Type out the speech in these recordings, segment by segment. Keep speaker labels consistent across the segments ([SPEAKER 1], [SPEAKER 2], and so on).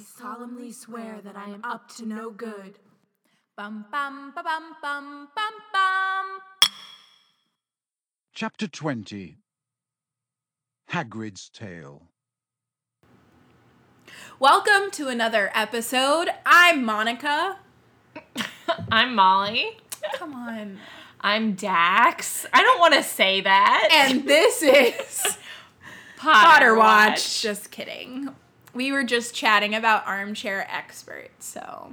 [SPEAKER 1] solemnly swear that I am up to no good.
[SPEAKER 2] Bum bum ba bum bum bum bum.
[SPEAKER 3] Chapter 20 Hagrid's Tale.
[SPEAKER 2] Welcome to another episode. I'm Monica.
[SPEAKER 4] I'm Molly.
[SPEAKER 2] Come on.
[SPEAKER 4] I'm Dax. I don't want to say that.
[SPEAKER 2] And this is Potter Watch. Just kidding. We were just chatting about Armchair Experts, so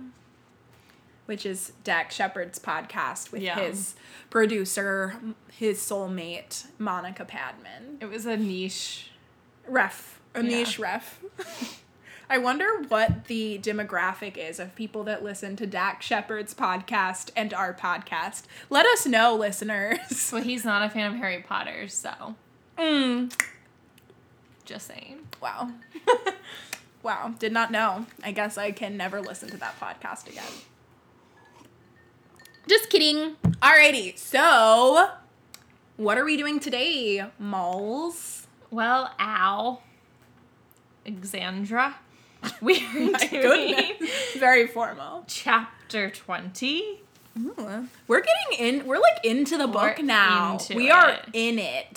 [SPEAKER 2] which is Dak Shepard's podcast with
[SPEAKER 4] Yeah.
[SPEAKER 2] his producer, his soulmate, Monica Padman.
[SPEAKER 4] It was a niche.
[SPEAKER 2] Ref. A niche ref. I wonder what the demographic is of people that listen to Dak Shepard's podcast and our podcast. Let us know, listeners.
[SPEAKER 4] Well, he's not a fan of Harry Potter, so
[SPEAKER 2] Mm.
[SPEAKER 4] just saying.
[SPEAKER 2] Wow. wow. Did not know. I guess I can never listen to that podcast again. Just kidding. Alrighty. So, what are we doing today, Moles?
[SPEAKER 4] Well, ow. Exandra. We are
[SPEAKER 2] My
[SPEAKER 4] doing
[SPEAKER 2] goodness. Very formal.
[SPEAKER 4] chapter 20.
[SPEAKER 2] We're getting in. We're like into the
[SPEAKER 4] We're
[SPEAKER 2] book now.
[SPEAKER 4] into
[SPEAKER 2] we are
[SPEAKER 4] it.
[SPEAKER 2] in it.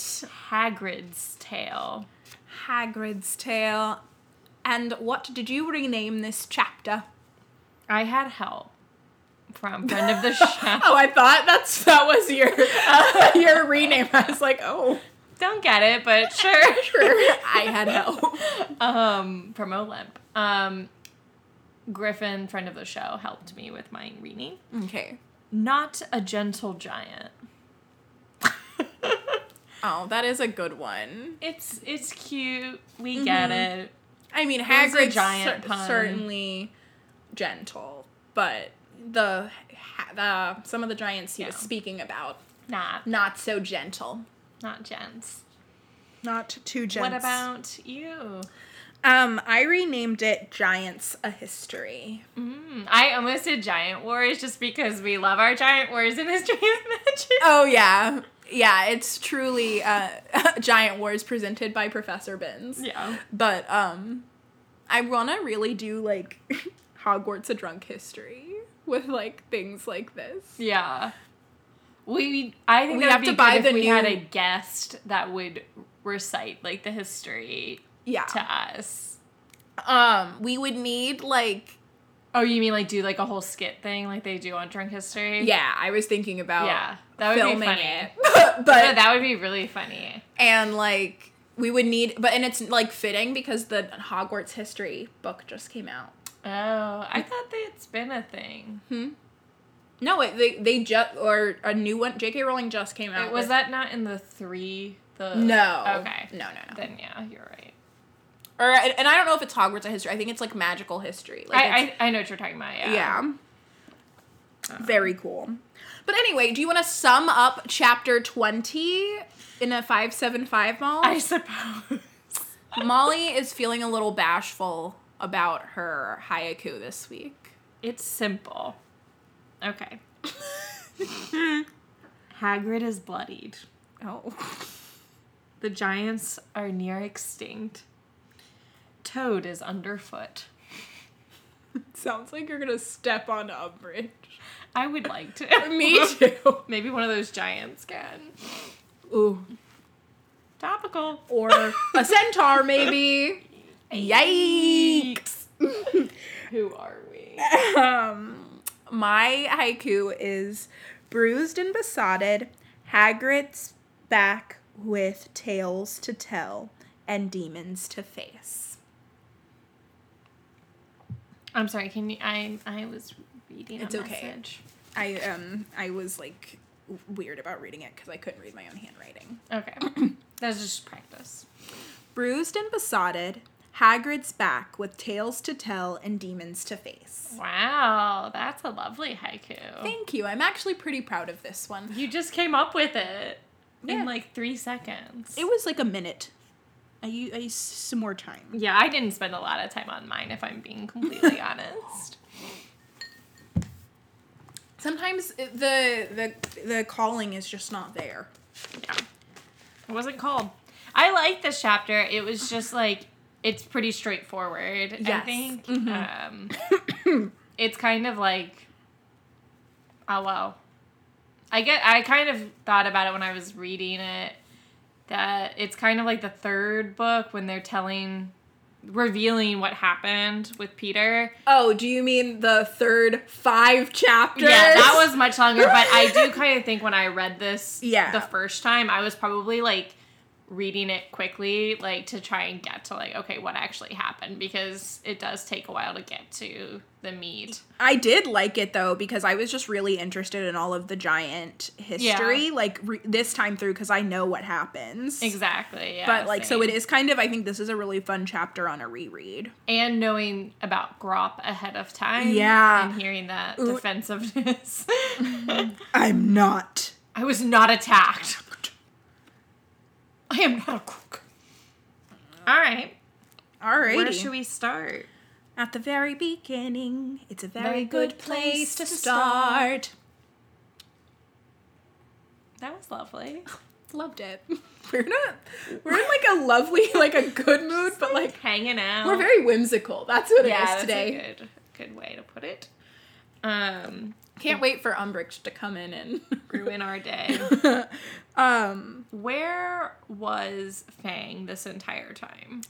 [SPEAKER 4] Hagrid's Tale.
[SPEAKER 2] Hagrid's tale. And what did you rename this chapter?
[SPEAKER 4] I had help from friend of the show.
[SPEAKER 2] Oh, I thought that's that was your uh, your rename. I was like, oh,
[SPEAKER 4] Don't get it, but sure.
[SPEAKER 2] I had help.
[SPEAKER 4] um, from Olymp. Um, Griffin, friend of the show, helped me with my rename.
[SPEAKER 2] Okay.
[SPEAKER 4] Not a gentle giant.
[SPEAKER 2] Oh, that is a good one.
[SPEAKER 4] It's it's cute. We
[SPEAKER 2] Mm-hmm.
[SPEAKER 4] get it.
[SPEAKER 2] I mean,
[SPEAKER 4] was a
[SPEAKER 2] Hagrid's
[SPEAKER 4] giant
[SPEAKER 2] cer-
[SPEAKER 4] pun.
[SPEAKER 2] certainly gentle, but the ha- the some of the giants he was
[SPEAKER 4] Yeah.
[SPEAKER 2] speaking about
[SPEAKER 4] Nah,
[SPEAKER 2] not so gentle.
[SPEAKER 4] not gents.
[SPEAKER 2] Not too gentle.
[SPEAKER 4] What about you?
[SPEAKER 2] Um, I renamed it Giants a History.
[SPEAKER 4] Mm, I almost did Giant Wars just because we love our Giant Wars in History of Magic.
[SPEAKER 2] Oh yeah. Yeah, it's truly uh, Giant Wars presented by Professor Binns.
[SPEAKER 4] Yeah.
[SPEAKER 2] But um I wanna really do like Hogwarts a drunk history with like things like this.
[SPEAKER 4] Yeah. We I think
[SPEAKER 2] We
[SPEAKER 4] we have
[SPEAKER 2] have
[SPEAKER 4] be
[SPEAKER 2] to
[SPEAKER 4] good
[SPEAKER 2] buy
[SPEAKER 4] if
[SPEAKER 2] the
[SPEAKER 4] we had
[SPEAKER 2] new-
[SPEAKER 4] a guest that would recite like the history
[SPEAKER 2] Yeah.
[SPEAKER 4] to us.
[SPEAKER 2] Um we would need like
[SPEAKER 4] Oh, you mean like do like a whole skit thing like they do on Drunk History?
[SPEAKER 2] Yeah, I was thinking about
[SPEAKER 4] Yeah. That would
[SPEAKER 2] filming
[SPEAKER 4] be funny.
[SPEAKER 2] it. but
[SPEAKER 4] No, that would be really funny.
[SPEAKER 2] and like we would need but and it's like fitting because the Hogwarts history book just came out.
[SPEAKER 4] Oh, I thought that it's been a thing.
[SPEAKER 2] No, it, they they just or a new one. J.K. Rowling just came out.
[SPEAKER 4] Wait, was
[SPEAKER 2] with-
[SPEAKER 4] that not in the three? The
[SPEAKER 2] No.
[SPEAKER 4] Okay.
[SPEAKER 2] No, no, no.
[SPEAKER 4] Then yeah, you're right.
[SPEAKER 2] Or and and I don't know if it's Hogwarts or history. I think it's like magical history. Like it's-
[SPEAKER 4] I, I I know what you're talking about. Yeah.
[SPEAKER 2] yeah. Oh. Very cool. But anyway, do you want to sum up chapter twenty in a five seven five mall?
[SPEAKER 4] I suppose.
[SPEAKER 2] Molly is feeling a little bashful about her haiku this week.
[SPEAKER 4] It's simple. Okay. Hagrid is bloodied.
[SPEAKER 2] Oh.
[SPEAKER 4] The giants are near extinct. Toad is underfoot.
[SPEAKER 2] Sounds like you're gonna step on Umbridge.
[SPEAKER 4] I would like to.
[SPEAKER 2] Me too.
[SPEAKER 4] Maybe one of those giants can.
[SPEAKER 2] Ooh.
[SPEAKER 4] Topical.
[SPEAKER 2] Or a centaur, maybe. Yikes.
[SPEAKER 4] Who are we?
[SPEAKER 2] Um, my haiku is bruised and besotted, Hagrid's back with tales to tell and demons to face.
[SPEAKER 4] I'm sorry. Can you? I I was reading.
[SPEAKER 2] It's
[SPEAKER 4] a
[SPEAKER 2] okay.
[SPEAKER 4] Message.
[SPEAKER 2] I um I was like w- weird about reading it because I couldn't read my own handwriting.
[SPEAKER 4] Okay. That's just practice.
[SPEAKER 2] Bruised and besotted, Hagrid's back with tales to tell and demons to face.
[SPEAKER 4] Wow, that's a lovely haiku.
[SPEAKER 2] Thank you. I'm actually pretty proud of this one.
[SPEAKER 4] you just came up with it
[SPEAKER 2] Yeah.
[SPEAKER 4] in like three seconds.
[SPEAKER 2] It was like a minute. I u- I used some more time.
[SPEAKER 4] yeah, I didn't spend a lot of time on mine, if I'm being completely honest.
[SPEAKER 2] Sometimes it- the the the calling is just not there.
[SPEAKER 4] Yeah. It wasn't called. I liked this chapter. It was just like it's pretty straightforward.
[SPEAKER 2] Yes.
[SPEAKER 4] I think um, it's kind of like, oh well. I get. I kind of thought about it when I was reading it that it's kind of like the third book when they're telling, revealing what happened with Peter.
[SPEAKER 2] Oh, do you mean the third five chapters?
[SPEAKER 4] Yeah, that was much longer, but I do kind of think when I read this
[SPEAKER 2] Yeah.
[SPEAKER 4] the first time, I was probably like reading it quickly, like to try and get to like, okay, what actually happened because it does take a while to get to the meat.
[SPEAKER 2] I did like it though because I was just really interested in all of the giant history, like re- this time through, because I know what happens.
[SPEAKER 4] Exactly. Yeah,
[SPEAKER 2] But like, so
[SPEAKER 4] same.
[SPEAKER 2] it is kind of. I think this is a really fun chapter on a reread.
[SPEAKER 4] and knowing about Grop ahead of time.
[SPEAKER 2] Yeah.
[SPEAKER 4] And hearing that defensiveness.
[SPEAKER 2] I'm not.
[SPEAKER 4] I was not attacked. I am not a crook. All right.
[SPEAKER 2] Alrighty.
[SPEAKER 4] Where should we start?
[SPEAKER 2] At the very beginning, it's a very,
[SPEAKER 4] Very
[SPEAKER 2] good
[SPEAKER 4] good
[SPEAKER 2] place
[SPEAKER 4] place
[SPEAKER 2] to
[SPEAKER 4] to
[SPEAKER 2] start.
[SPEAKER 4] That was lovely.
[SPEAKER 2] Loved it. We're not. We're in like a lovely, like a good mood, but like
[SPEAKER 4] Hanging out.
[SPEAKER 2] we're very whimsical. That's what it is
[SPEAKER 4] yeah, that's
[SPEAKER 2] today.
[SPEAKER 4] A good, good way to put it. Um,
[SPEAKER 2] Can't wait for Umbridge to come in and
[SPEAKER 4] ruin our day.
[SPEAKER 2] um
[SPEAKER 4] Where was Fang this entire time?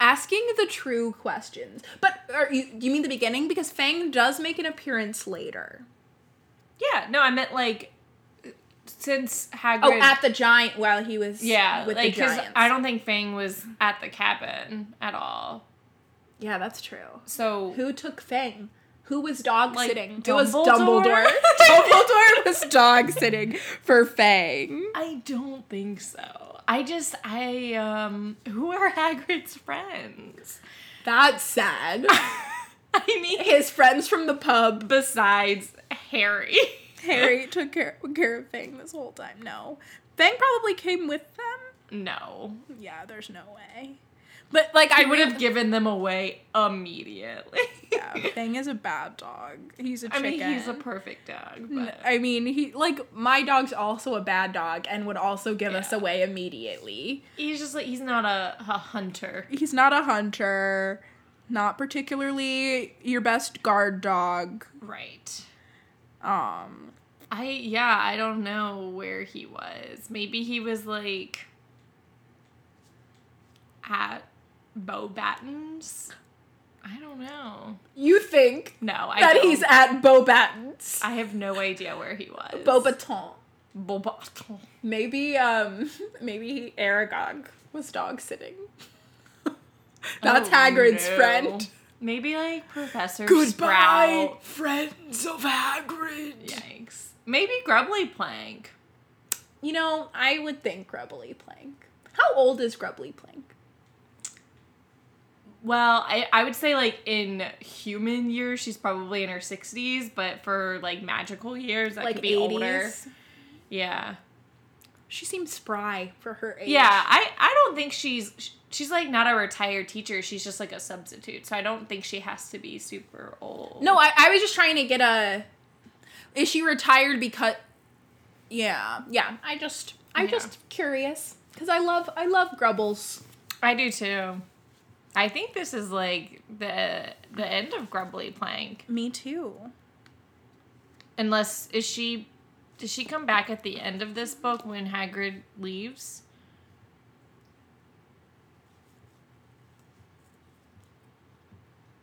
[SPEAKER 2] asking the true questions. But are you you mean the beginning because Fang does make an appearance later.
[SPEAKER 4] Yeah, no, I meant like since Hagrid.
[SPEAKER 2] Oh, at the giant while he was
[SPEAKER 4] yeah,
[SPEAKER 2] with
[SPEAKER 4] like
[SPEAKER 2] the
[SPEAKER 4] 'cause
[SPEAKER 2] giants.
[SPEAKER 4] I don't think Fang was at the cabin at all.
[SPEAKER 2] Yeah, that's true.
[SPEAKER 4] So
[SPEAKER 2] Who took Fang? Who was dog
[SPEAKER 4] Like,
[SPEAKER 2] sitting?
[SPEAKER 4] Dumbledore?
[SPEAKER 2] Dumbledore was dog sitting for Fang.
[SPEAKER 4] I don't think so. I just I um who are Hagrid's friends?
[SPEAKER 2] That's sad.
[SPEAKER 4] I mean
[SPEAKER 2] His friends from the pub.
[SPEAKER 4] besides Harry.
[SPEAKER 2] Harry took care, care of Fang this whole time. No. Fang probably came with them.
[SPEAKER 4] No.
[SPEAKER 2] Yeah, there's no way. But like I
[SPEAKER 4] I would have given them away immediately.
[SPEAKER 2] Yeah, Fang is a bad dog. He's a
[SPEAKER 4] I
[SPEAKER 2] chicken.
[SPEAKER 4] mean, he's a perfect dog, but
[SPEAKER 2] I mean, he like my dog's also a bad dog and would also give us
[SPEAKER 4] Yeah.
[SPEAKER 2] away immediately.
[SPEAKER 4] he's just like he's not a, a hunter.
[SPEAKER 2] he's not a hunter, not particularly your best guard dog.
[SPEAKER 4] Right.
[SPEAKER 2] Um,
[SPEAKER 4] I yeah, I don't know where he was. Maybe he was like at Bobatten's. I don't know.
[SPEAKER 2] you think
[SPEAKER 4] No, I
[SPEAKER 2] that
[SPEAKER 4] don't.
[SPEAKER 2] he's at Beaubaton's?
[SPEAKER 4] I have no idea where he was.
[SPEAKER 2] Beaubaton.
[SPEAKER 4] Beaubaton.
[SPEAKER 2] Maybe um, maybe Aragog was dog sitting. That's
[SPEAKER 4] Oh,
[SPEAKER 2] Hagrid's
[SPEAKER 4] no.
[SPEAKER 2] friend.
[SPEAKER 4] Maybe like Professor
[SPEAKER 2] Goodbye,
[SPEAKER 4] Sprout.
[SPEAKER 2] friends of Hagrid.
[SPEAKER 4] Yikes. Maybe Grubbly Plank.
[SPEAKER 2] You know, I would think Grubbly Plank. How old is Grubbly Plank?
[SPEAKER 4] Well, I, I would say like in human years, she's probably in her sixties, but for like magical years, that
[SPEAKER 2] like
[SPEAKER 4] could be older. Yeah,
[SPEAKER 2] She seems spry for her age.
[SPEAKER 4] yeah. I I don't think she's she's like not a retired teacher. She's just like a substitute, so I don't think she has to be super old.
[SPEAKER 2] No, I, I was just trying to get a. Is she retired because? Yeah, yeah. I just, I
[SPEAKER 4] Yeah.
[SPEAKER 2] just curious because I love, I love Grubbles.
[SPEAKER 4] I do too. I think this is like the the end of Grumbly Plank.
[SPEAKER 2] Me too.
[SPEAKER 4] Unless is she does she come back at the end of this book when Hagrid leaves?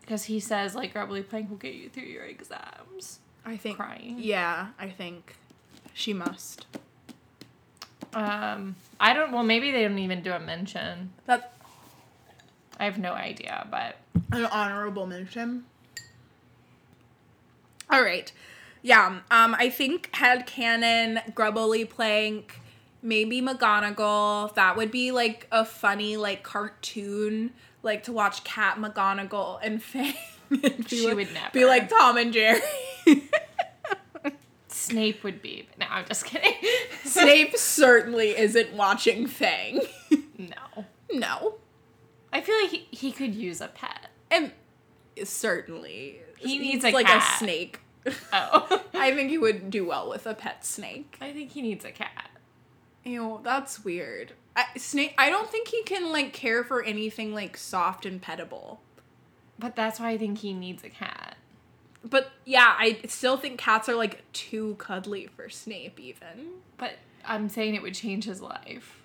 [SPEAKER 4] Because he says like Grumbly Plank will get you through your exams.
[SPEAKER 2] I think.
[SPEAKER 4] Crying.
[SPEAKER 2] Yeah, I think she must.
[SPEAKER 4] Um, I don't. Well, maybe they don't even do a mention.
[SPEAKER 2] That's
[SPEAKER 4] I have no idea, but
[SPEAKER 2] an honorable mention. All right. Yeah. Um. I think had Cannon, Grubbly Plank, maybe McGonagall. That would be like a funny like cartoon, like to watch Cat McGonagall and Fang. And be
[SPEAKER 4] She
[SPEAKER 2] like-
[SPEAKER 4] would never.
[SPEAKER 2] be like Tom and Jerry.
[SPEAKER 4] Snape would be. No, I'm just kidding.
[SPEAKER 2] Snape certainly isn't watching Fang.
[SPEAKER 4] no.
[SPEAKER 2] no,
[SPEAKER 4] I feel like he, he could use a pet.
[SPEAKER 2] and certainly
[SPEAKER 4] He
[SPEAKER 2] he's
[SPEAKER 4] needs a
[SPEAKER 2] like
[SPEAKER 4] cat.
[SPEAKER 2] a snake.
[SPEAKER 4] Oh.
[SPEAKER 2] I think he would do well with a pet snake.
[SPEAKER 4] I think he needs a cat.
[SPEAKER 2] Ew, that's weird. I, Snape. I don't think he can like care for anything like soft and petable.
[SPEAKER 4] But that's why I think he needs a cat.
[SPEAKER 2] But yeah, I still think cats are like too cuddly for Snape. Even
[SPEAKER 4] But I'm saying it would change his life.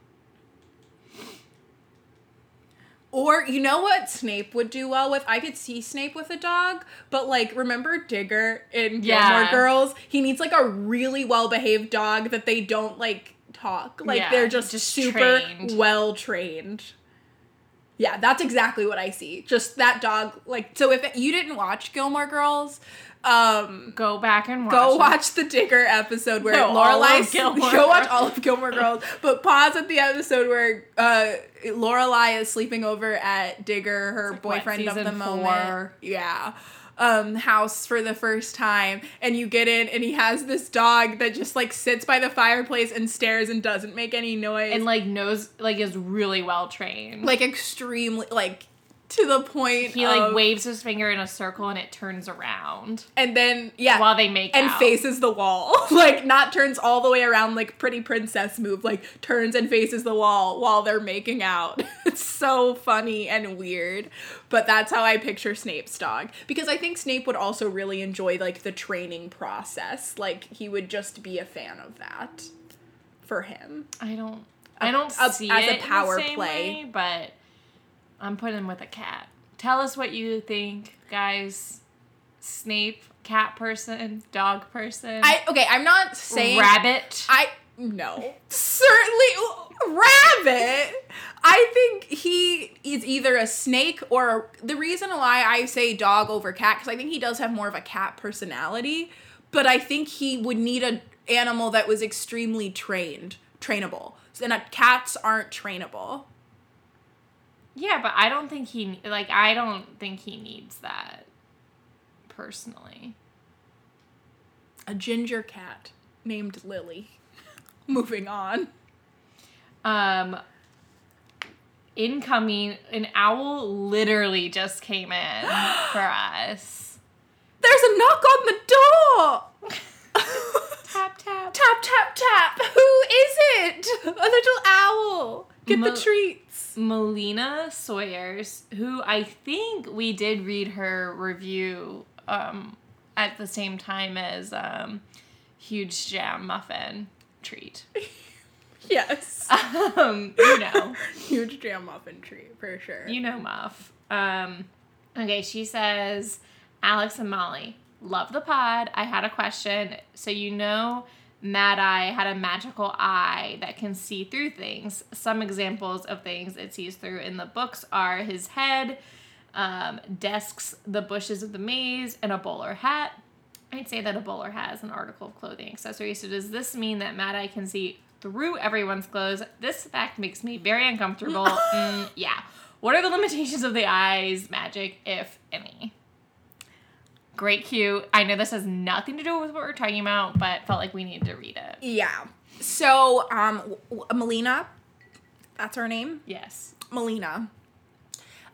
[SPEAKER 2] Or you know what Snape would do well with? I could see Snape with a dog, but like remember Digger in
[SPEAKER 4] Yeah.
[SPEAKER 2] Gilmore Girls? He needs like a really well-behaved dog that they don't like talk. Like
[SPEAKER 4] Yeah,
[SPEAKER 2] they're just,
[SPEAKER 4] just
[SPEAKER 2] super
[SPEAKER 4] trained.
[SPEAKER 2] well trained. Yeah, that's exactly what I see. Just that dog like so if you didn't watch Gilmore Girls, um
[SPEAKER 4] Go back and watch.
[SPEAKER 2] Go
[SPEAKER 4] it.
[SPEAKER 2] watch the Digger episode where
[SPEAKER 4] No, all of
[SPEAKER 2] Lorelai.
[SPEAKER 4] Gilmore
[SPEAKER 2] Go watch
[SPEAKER 4] Girls.
[SPEAKER 2] all of Gilmore Girls, but pause at the episode where uh, Lorelai is sleeping over at Digger, her
[SPEAKER 4] like, what,
[SPEAKER 2] boyfriend of
[SPEAKER 4] season
[SPEAKER 2] the moment.
[SPEAKER 4] four?
[SPEAKER 2] Yeah. Um, house for the first time, and you get in, and he has this dog that just like sits by the fireplace and stares and doesn't make any noise,
[SPEAKER 4] And like knows, like is really well trained.
[SPEAKER 2] like extremely like to the point.
[SPEAKER 4] he like
[SPEAKER 2] of-
[SPEAKER 4] waves his finger in a circle and it turns around
[SPEAKER 2] and then yeah,
[SPEAKER 4] while they make
[SPEAKER 2] and
[SPEAKER 4] out.
[SPEAKER 2] faces the wall. like not turns all the way around like pretty princess move, like turns and faces the wall while they're making out. it's so funny and weird, but that's how I picture Snape's dog because I think Snape would also really enjoy like the training process. Like he would just be a fan of that for him.
[SPEAKER 4] I don't. I don't
[SPEAKER 2] a-
[SPEAKER 4] see
[SPEAKER 2] as a
[SPEAKER 4] it in the
[SPEAKER 2] power
[SPEAKER 4] same
[SPEAKER 2] play.
[SPEAKER 4] way, but I'm putting him with a cat. Tell us what you think, guys. Snape, cat person, dog person,
[SPEAKER 2] I okay, I'm not saying
[SPEAKER 4] rabbit.
[SPEAKER 2] I no. Certainly rabbit. I think he is either a snake or a, the reason why I say dog over cat cuz I think he does have more of a cat personality, but I think he would need a animal that was extremely trained, trainable. And uh, cats aren't trainable.
[SPEAKER 4] yeah, but I don't think he like. I don't think he needs that personally.
[SPEAKER 2] A ginger cat named Lily. Moving on.
[SPEAKER 4] Um, incoming, an owl literally just came in for us.
[SPEAKER 2] There's a knock on the door.
[SPEAKER 4] Tap tap.
[SPEAKER 2] Tap, tap, tap. Who is it? A little owl. Get
[SPEAKER 4] Mo-
[SPEAKER 2] the treats.
[SPEAKER 4] Melina Sawyers, who I think we did read her review um, at the same time as um, Huge Jam Muffin Treat.
[SPEAKER 2] Yes.
[SPEAKER 4] Um, you know,
[SPEAKER 2] Huge jam muffin treat, for sure.
[SPEAKER 4] you know Muff. Um, okay, she says, Alex and Molly, love the pod. I had a question. So, you know, Mad Eye had a magical eye that can see through things. Some examples of things it sees through in the books are his head, um, desks, the bushes of the maze, and a bowler hat. I'd say that a bowler hat is an article of clothing accessory. So does this mean that Mad Eye can see through everyone's clothes? This fact makes me very uncomfortable. Mm, yeah. What are the limitations of the eye's magic, if any? Great cue. I know this has nothing to do with what we're talking about, but felt like we needed to read it.
[SPEAKER 2] Yeah. So, um, w- w- Melina, that's her name.
[SPEAKER 4] Yes.
[SPEAKER 2] Melina.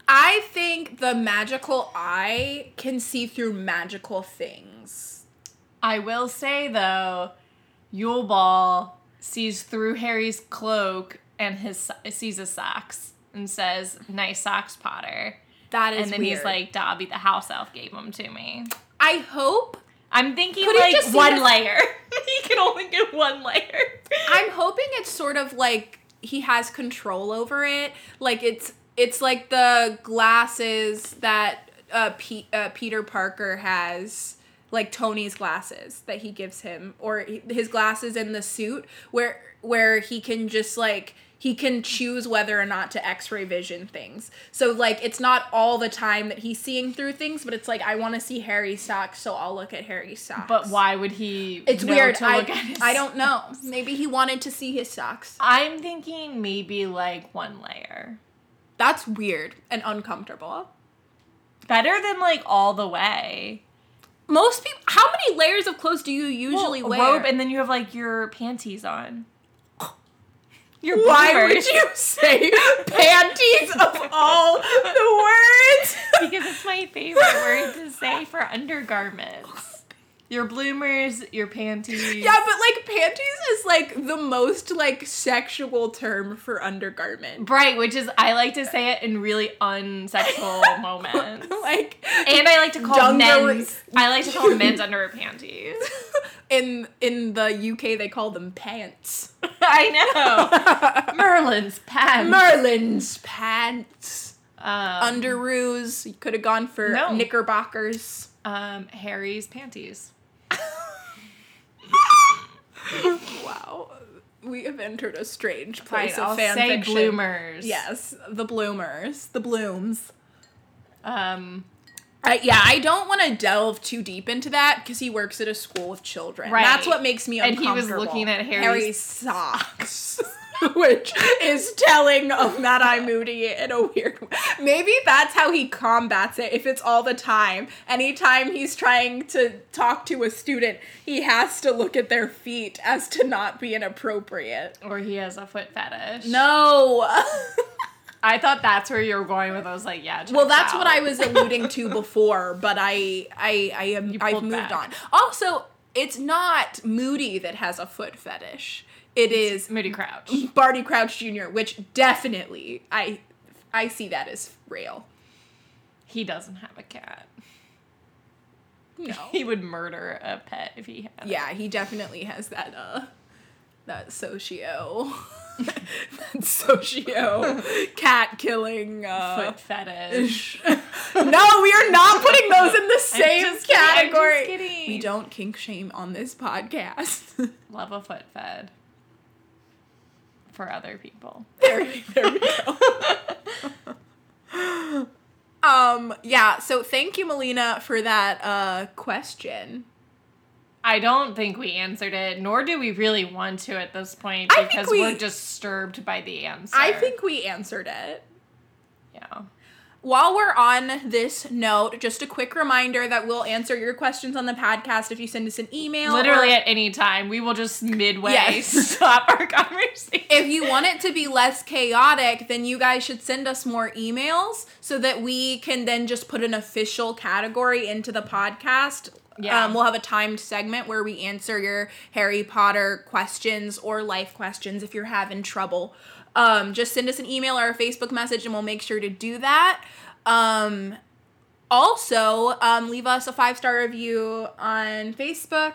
[SPEAKER 2] I think the magical eye can see through magical things.
[SPEAKER 4] I will say though, Yule Ball sees through Harry's cloak and his so- sees his socks and says, "Nice socks, Potter."
[SPEAKER 2] That is
[SPEAKER 4] and then he's
[SPEAKER 2] weird.
[SPEAKER 4] like, "Dobby, the house elf, gave them to me."
[SPEAKER 2] I hope
[SPEAKER 4] I'm thinking
[SPEAKER 2] Could he
[SPEAKER 4] like
[SPEAKER 2] just see
[SPEAKER 4] one
[SPEAKER 2] his-
[SPEAKER 4] layer. he can only get one layer.
[SPEAKER 2] I'm hoping it's sort of like he has control over it. Like it's it's like the glasses that uh, Pe- uh, Peter Parker has, like Tony's glasses that he gives him, or he- his glasses in the suit where where he can just like he can choose whether or not to x-ray vision things so like it's not all the time that he's seeing through things but it's like i want to see harry's socks so i'll look at harry's socks
[SPEAKER 4] but why would he?
[SPEAKER 2] it's
[SPEAKER 4] know
[SPEAKER 2] weird.
[SPEAKER 4] To
[SPEAKER 2] I,
[SPEAKER 4] look at his-
[SPEAKER 2] I don't know. Maybe he wanted to see his socks.
[SPEAKER 4] I'm thinking maybe like one layer.
[SPEAKER 2] That's weird and uncomfortable.
[SPEAKER 4] Better than like all the way.
[SPEAKER 2] Most people, how many layers of clothes do you usually
[SPEAKER 4] Well, a
[SPEAKER 2] wear?
[SPEAKER 4] robe, and then you have like your panties on. Your
[SPEAKER 2] Why would
[SPEAKER 4] bloomers.
[SPEAKER 2] you say panties of all the words?
[SPEAKER 4] Because it's my favorite word to say for undergarments. your bloomers, your panties.
[SPEAKER 2] Yeah, but like panties is like the most like sexual term for undergarment.
[SPEAKER 4] Right, which is I like to say it in really unsexual moments.
[SPEAKER 2] like
[SPEAKER 4] And I like to call
[SPEAKER 2] Dungaree-
[SPEAKER 4] men's I like to call men's underwear panties.
[SPEAKER 2] in in the UK they call them pants.
[SPEAKER 4] I know. Merlin's pants.
[SPEAKER 2] Merlin's pants.
[SPEAKER 4] um,
[SPEAKER 2] Underoos. You could have gone for
[SPEAKER 4] No.
[SPEAKER 2] knickerbockers.
[SPEAKER 4] um, Harry's panties.
[SPEAKER 2] Wow. We have entered a strange
[SPEAKER 4] Fine,
[SPEAKER 2] place
[SPEAKER 4] I'll
[SPEAKER 2] of fan
[SPEAKER 4] say
[SPEAKER 2] fiction.
[SPEAKER 4] bloomers.
[SPEAKER 2] Yes, the bloomers, the blooms.
[SPEAKER 4] Um,
[SPEAKER 2] Uh, yeah, I don't want to delve too deep into that because he works at a school with children.
[SPEAKER 4] Right.
[SPEAKER 2] That's what makes me
[SPEAKER 4] And he
[SPEAKER 2] uncomfortable.
[SPEAKER 4] was looking at Harry's-
[SPEAKER 2] Harry's socks, which is telling of Mad Eye Moody in a weird way. Maybe that's how he combats it if it's all the time. Anytime he's trying to talk to a student, he has to look at their feet as to not be inappropriate.
[SPEAKER 4] or he has a foot fetish.
[SPEAKER 2] No.
[SPEAKER 4] I thought that's where you were going with. I was like, yeah.
[SPEAKER 2] Well,
[SPEAKER 4] checks
[SPEAKER 2] that's what
[SPEAKER 4] out.
[SPEAKER 2] I was alluding to before, but I I I am I've
[SPEAKER 4] pulled
[SPEAKER 2] moved
[SPEAKER 4] back.
[SPEAKER 2] on. Also, it's not Moody that has a foot fetish. It is
[SPEAKER 4] Moody Crouch.
[SPEAKER 2] Barty Crouch Jr., which definitely I I see that as real.
[SPEAKER 4] He doesn't have a cat.
[SPEAKER 2] No.
[SPEAKER 4] He would murder a pet if he had.
[SPEAKER 2] Oh. yeah, he definitely has that uh that socio that socio cat killing
[SPEAKER 4] a
[SPEAKER 2] uh
[SPEAKER 4] Foot fetish.
[SPEAKER 2] no, we are not putting those in the same
[SPEAKER 4] just kidding, I'm just
[SPEAKER 2] category.
[SPEAKER 4] kidding.
[SPEAKER 2] We don't kink shame on this podcast.
[SPEAKER 4] Love a foot fed. For other people.
[SPEAKER 2] there, there we go. um, yeah, so thank you, Melina, for that uh question.
[SPEAKER 4] I don't think we answered it, nor do we really want to at this point
[SPEAKER 2] I think
[SPEAKER 4] because we, are
[SPEAKER 2] we-
[SPEAKER 4] disturbed by the answer.
[SPEAKER 2] I think we answered it.
[SPEAKER 4] Yeah.
[SPEAKER 2] While we're on this note, just a quick reminder that we'll answer your questions on the podcast if you send us an email.
[SPEAKER 4] Literally
[SPEAKER 2] or-
[SPEAKER 4] at any time. We will just midway
[SPEAKER 2] Yes.
[SPEAKER 4] stop our conversation.
[SPEAKER 2] if you want it to be less chaotic, then you guys should send us more emails so that we can then just put an official category into the podcast.
[SPEAKER 4] Yeah.
[SPEAKER 2] Um, we'll have a timed segment where we answer your Harry Potter questions or life questions if you're having trouble. Um, just send us an email or a Facebook message and we'll make sure to do that. Um, also, um, leave us a five star review on Facebook.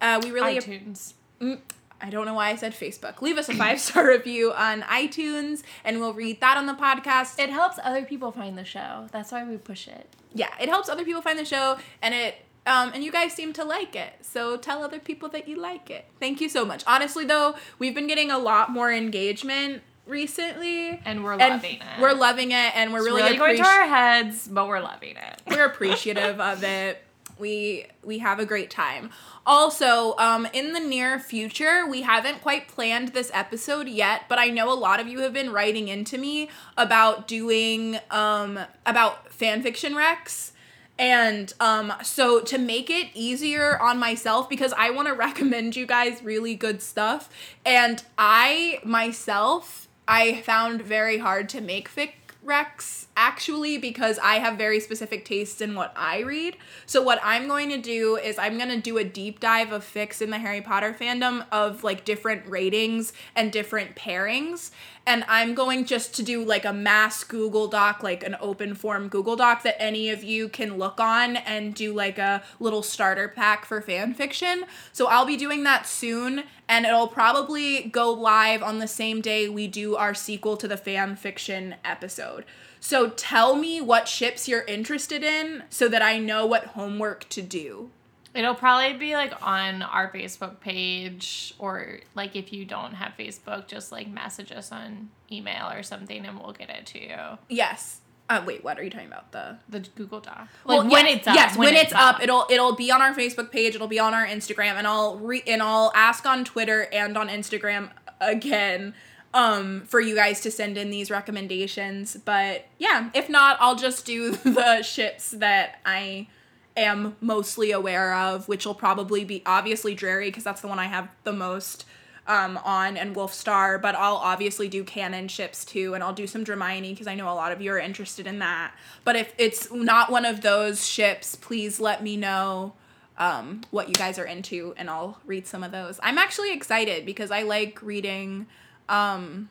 [SPEAKER 2] Uh, we really
[SPEAKER 4] iTunes.
[SPEAKER 2] I don't know why I said Facebook. Leave us a five star review on iTunes and we'll read that on the podcast. It-
[SPEAKER 4] It helps other people find the show. That's why we push it.
[SPEAKER 2] yeah, it helps other people find the show and it um, and you guys seem to like it. So tell other people that you like it. Thank you so much. Honestly though, we've been getting a lot more engagement recently
[SPEAKER 4] And we're loving it.
[SPEAKER 2] We're loving it and we're
[SPEAKER 4] It's
[SPEAKER 2] really,
[SPEAKER 4] really, going to
[SPEAKER 2] appreci-
[SPEAKER 4] our heads, but we're loving it.
[SPEAKER 2] we're appreciative of it. We we have a great time. Also, um, in the near future, we haven't quite planned this episode yet, but I know a lot of you have been writing into me about doing um, about fanfiction recs. And um, so to make it easier on myself, because I want to recommend you guys really good stuff, and I myself, I found very hard to make fic recs actually because I have very specific tastes in what I read. So what I'm going to do is I'm going to do a deep dive of fics in the Harry Potter fandom of like different ratings and different pairings and I'm going just to do like a mass Google Doc, like an open form Google Doc that any of you can look on and do like a little starter pack for fan fiction. So I'll be doing that soon, and it'll probably go live on the same day we do our sequel to the fan fiction episode. So tell me what ships you're interested in so that I know what homework to do.
[SPEAKER 4] It'll probably be like on our Facebook page, or like if you don't have Facebook, just like message us on email or something and we'll get it to you.
[SPEAKER 2] Yes. Uh, wait, what are you talking about? The
[SPEAKER 4] The Google Doc.
[SPEAKER 2] Well,
[SPEAKER 4] Like when
[SPEAKER 2] yes,
[SPEAKER 4] it's up.
[SPEAKER 2] Yes, when, it's, up, it'll it'll be on our Facebook page, it'll be on our Instagram, and I'll re and I'll ask on Twitter and on Instagram again um for you guys to send in these recommendations. But yeah, if not, I'll just do the ships that I am mostly aware of, which will probably be obviously Dreary because that's the one I have the most um, on and Wolf Star, but I'll obviously do canon ships too, and I'll do some Dramini because I know a lot of you are interested in that. But if it's not one of those ships, please let me know um, what you guys are into, and I'll read some of those. I'm actually excited because I like reading, um,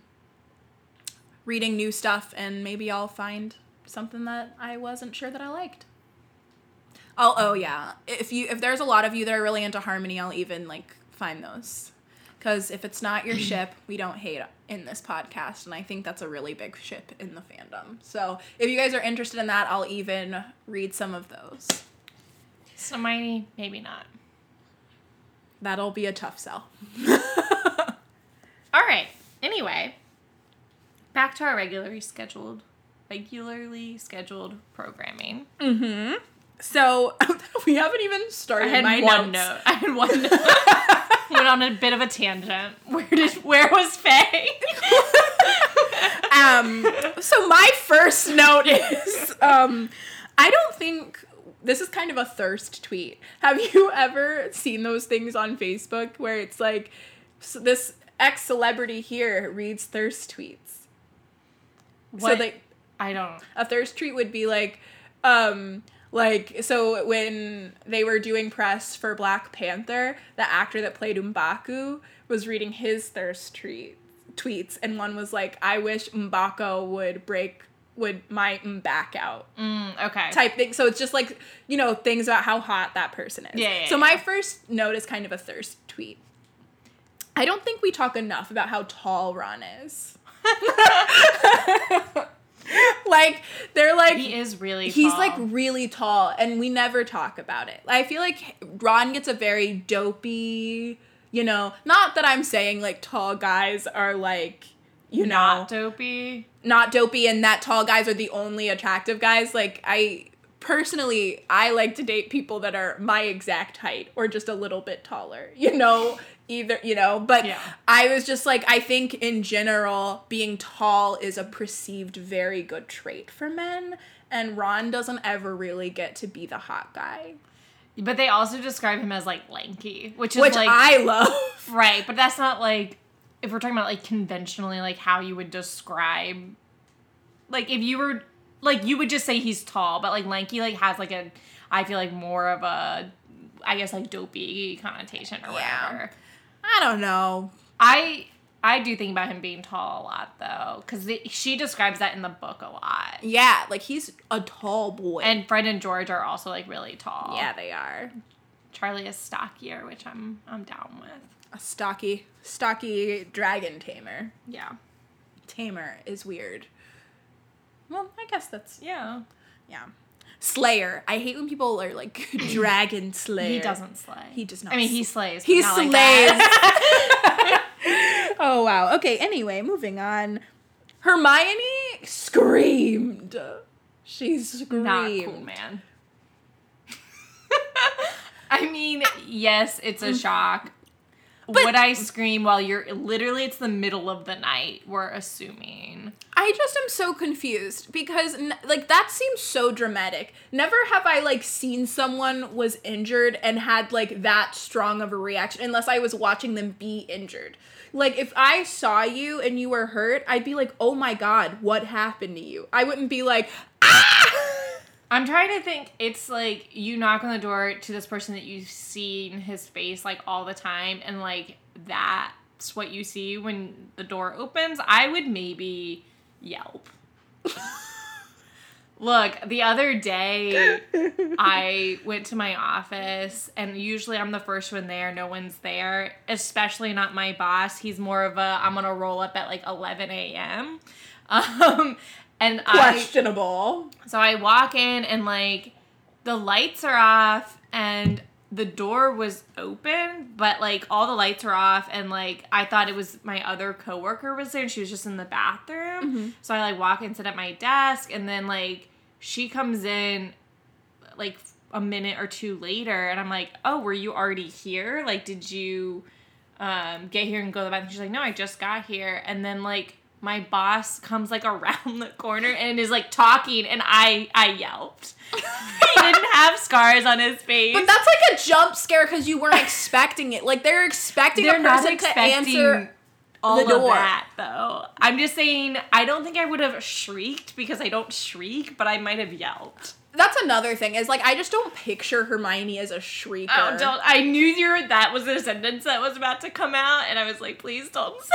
[SPEAKER 2] reading new stuff, and maybe I'll find something that I wasn't sure that I liked. Oh, oh yeah. If you if there's a lot of you that are really into harmony, I'll even like find those. Because if it's not your ship, we don't hate in this podcast, and I think that's a really big ship in the fandom. So if you guys are interested in that, I'll even read some of those.
[SPEAKER 4] So mighty, maybe not.
[SPEAKER 2] That'll be a tough sell.
[SPEAKER 4] All right. Anyway, back to our regularly scheduled, regularly scheduled programming.
[SPEAKER 2] So we haven't even started
[SPEAKER 4] I had
[SPEAKER 2] my
[SPEAKER 4] one
[SPEAKER 2] notes.
[SPEAKER 4] note. I had one note. Went on a bit of a tangent. Where did where was Faye?
[SPEAKER 2] um so my first note is um i don't think this is kind of a thirst tweet have you ever seen those things on facebook where it's like s this ex celebrity here reads thirst tweets so
[SPEAKER 4] What?
[SPEAKER 2] like
[SPEAKER 4] I don't.
[SPEAKER 2] a thirst treat would be like um like so when they were doing press for Black Panther, the actor that played Umbaku was reading his thirst treat tweets and one was like, I wish Mbako would break would my back out
[SPEAKER 4] Mm, okay.
[SPEAKER 2] type thing. So it's just like, you know, things about how hot that person is.
[SPEAKER 4] Yeah, yeah,
[SPEAKER 2] so my first note is kind of a thirst tweet. I don't think we talk enough about how tall Ron is. like they're like
[SPEAKER 4] He is really.
[SPEAKER 2] he's
[SPEAKER 4] tall.
[SPEAKER 2] like really tall and we never talk about it i feel like ron gets a very dopey you know not that i'm saying like tall guys are like you know
[SPEAKER 4] not dopey.
[SPEAKER 2] not dopey and that tall guys are the only attractive guys. Like I personally I like to date people that are my exact height or just a little bit taller. You know, either, you know, but
[SPEAKER 4] Yeah.
[SPEAKER 2] I was just like I think in general being tall is a perceived very good trait for men and Ron doesn't ever really get to be the hot guy,
[SPEAKER 4] But they also describe him as like lanky, which is
[SPEAKER 2] which
[SPEAKER 4] like
[SPEAKER 2] I love.
[SPEAKER 4] right. But that's not like if we're talking about like conventionally, like how you would describe, like if you were like you would just say he's tall, but like lanky like has like a I feel like more of a I guess like dopey connotation or
[SPEAKER 2] Yeah.
[SPEAKER 4] whatever.
[SPEAKER 2] I don't know.
[SPEAKER 4] I I do think about him being tall a lot though, because she describes that in the book a lot.
[SPEAKER 2] Yeah, like he's a tall boy.
[SPEAKER 4] And Fred and George are also like really tall.
[SPEAKER 2] yeah, they are.
[SPEAKER 4] Charlie is stockier, which I'm I'm down with.
[SPEAKER 2] A stocky stocky dragon tamer.
[SPEAKER 4] Yeah.
[SPEAKER 2] tamer is weird. Well, I guess that's
[SPEAKER 4] Yeah.
[SPEAKER 2] yeah. Slayer. I hate when people are like dragon slayer.
[SPEAKER 4] He doesn't slay.
[SPEAKER 2] He does not
[SPEAKER 4] I mean, he
[SPEAKER 2] s-
[SPEAKER 4] slays. but
[SPEAKER 2] He
[SPEAKER 4] not
[SPEAKER 2] slays.
[SPEAKER 4] like that.
[SPEAKER 2] oh wow. Okay. Anyway, moving on. Hermione screamed. She screamed.
[SPEAKER 4] not cool, man. I mean, yes, it's
[SPEAKER 2] Mm.
[SPEAKER 4] a shock. Would I scream while you're literally? It's the middle of the night. We're assuming.
[SPEAKER 2] I just am so confused because n- like that seems so dramatic. Never have I like seen someone was injured and had like that strong of a reaction unless I was watching them be injured. Like if I saw you and you were hurt, I'd be like, "Oh my god, what happened to you?" I wouldn't be like, "Ah!"
[SPEAKER 4] I'm trying to think. It's like you knock on the door to this person that you've seen his face like all the time, and like that's what you see when the door opens. I would maybe yelp. Look, the other day I went to my office, and usually I'm the first one there. No one's there, especially not my boss. He's more of a I'm gonna roll up at like 11 a.m. Um, and I
[SPEAKER 2] questionable."
[SPEAKER 4] so I walk in and like the lights are off and the door was open, but like all the lights are off and like I thought it was my other coworker was there and she was just in the bathroom. So I like walk and sit at my desk and then like she comes in like a minute or two later and I'm like, "Oh, were you already here? Like did you um, get here and go to the bathroom. She's like, no, I just got here. And then like my boss comes like around the corner and is like talking, and I I yelped. he didn't have scars on his face.
[SPEAKER 2] But that's like a jump scare because you weren't expecting it. Like they're expecting a
[SPEAKER 4] They're not
[SPEAKER 2] person
[SPEAKER 4] expecting
[SPEAKER 2] to answer
[SPEAKER 4] all
[SPEAKER 2] the
[SPEAKER 4] of
[SPEAKER 2] door.
[SPEAKER 4] that though. I'm just saying, I don't think I would have shrieked because I don't shriek, but I might have yelped.
[SPEAKER 2] that's another thing is like I just don't picture Hermione as a shrieker.
[SPEAKER 4] Oh, don't! I knew you were, that was the sentence that was about to come out, and I was like, please don't say.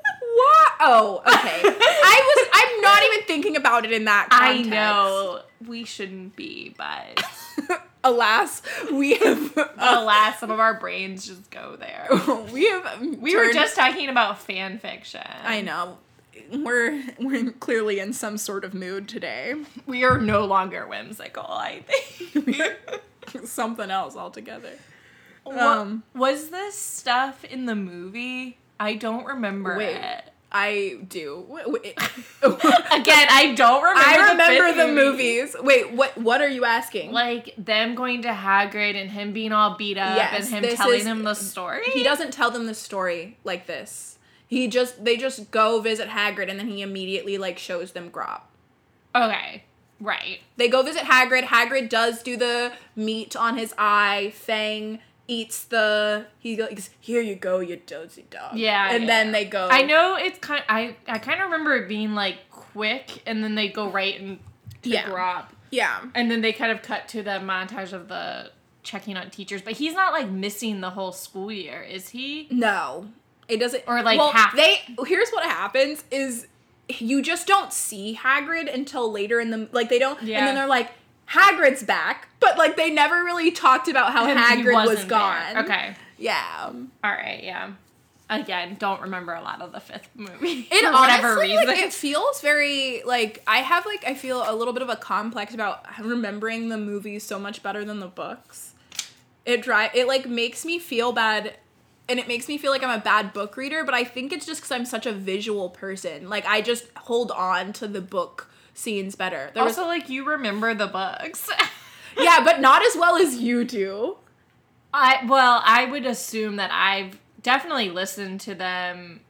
[SPEAKER 2] What? Oh, okay. I was. I'm not even thinking about it in that.
[SPEAKER 4] I
[SPEAKER 2] Context.
[SPEAKER 4] know we shouldn't be, but
[SPEAKER 2] Alas, we have.
[SPEAKER 4] alas, some of our brains just go there.
[SPEAKER 2] we have. um,
[SPEAKER 4] We were
[SPEAKER 2] turned-
[SPEAKER 4] just talking about fan fiction.
[SPEAKER 2] I know. We're we're clearly in some sort of mood today.
[SPEAKER 4] we are no longer whimsical. I think.
[SPEAKER 2] Something else altogether. Um,
[SPEAKER 4] um, was this stuff in the movie? I don't remember
[SPEAKER 2] Wait.
[SPEAKER 4] it.
[SPEAKER 2] I do. Wait, wait.
[SPEAKER 4] Again, I don't remember.
[SPEAKER 2] I
[SPEAKER 4] the
[SPEAKER 2] remember
[SPEAKER 4] fifth
[SPEAKER 2] the,
[SPEAKER 4] movie.
[SPEAKER 2] movies. Wait, what? What are you asking?
[SPEAKER 4] Like them going to Hagrid and him being all beat up
[SPEAKER 2] Yes,
[SPEAKER 4] and him
[SPEAKER 2] this
[SPEAKER 4] telling
[SPEAKER 2] is-
[SPEAKER 4] him the story.
[SPEAKER 2] he doesn't tell them the story like this. He just they just go visit Hagrid and then he immediately like shows them Grop.
[SPEAKER 4] Okay, right.
[SPEAKER 2] They go visit Hagrid. Hagrid does do the meat on his eye. Fang eats the. He goes, "Here you go, you dozy dog."
[SPEAKER 4] Yeah,
[SPEAKER 2] and
[SPEAKER 4] yeah,
[SPEAKER 2] then
[SPEAKER 4] yeah.
[SPEAKER 2] they go.
[SPEAKER 4] I know it's kind. I I kind of remember it being like quick, and then they go right and to
[SPEAKER 2] Yeah.
[SPEAKER 4] Grop,
[SPEAKER 2] Yeah,
[SPEAKER 4] and then they kind of cut to the montage of the checking on teachers. But he's not like missing the whole school year, is he?
[SPEAKER 2] no, it doesn't.
[SPEAKER 4] Or, like,
[SPEAKER 2] well,
[SPEAKER 4] half-
[SPEAKER 2] they. Here's what happens: is you just don't see Hagrid until later in the like they don't, and
[SPEAKER 4] Yeah.
[SPEAKER 2] then they're like. Hagrid's back, but like they never really talked about how
[SPEAKER 4] He
[SPEAKER 2] Hagrid was
[SPEAKER 4] wasn't there.
[SPEAKER 2] gone.
[SPEAKER 4] Okay.
[SPEAKER 2] Yeah.
[SPEAKER 4] All right. Yeah. Again, don't remember a lot of the fifth movie
[SPEAKER 2] It
[SPEAKER 4] for whatever
[SPEAKER 2] honestly,
[SPEAKER 4] reason.
[SPEAKER 2] Like, it feels very like I have like I feel a little bit of a complex about remembering the movies so much better than the books. It dry it like makes me feel bad and it makes me feel like I'm a bad book reader, but I think it's just cuz I'm such a visual person. Like I just hold on to the book scenes better. There was-
[SPEAKER 4] also, like you remember the books.
[SPEAKER 2] yeah, but not as well as you do.
[SPEAKER 4] I well, I would assume that I've definitely listened to them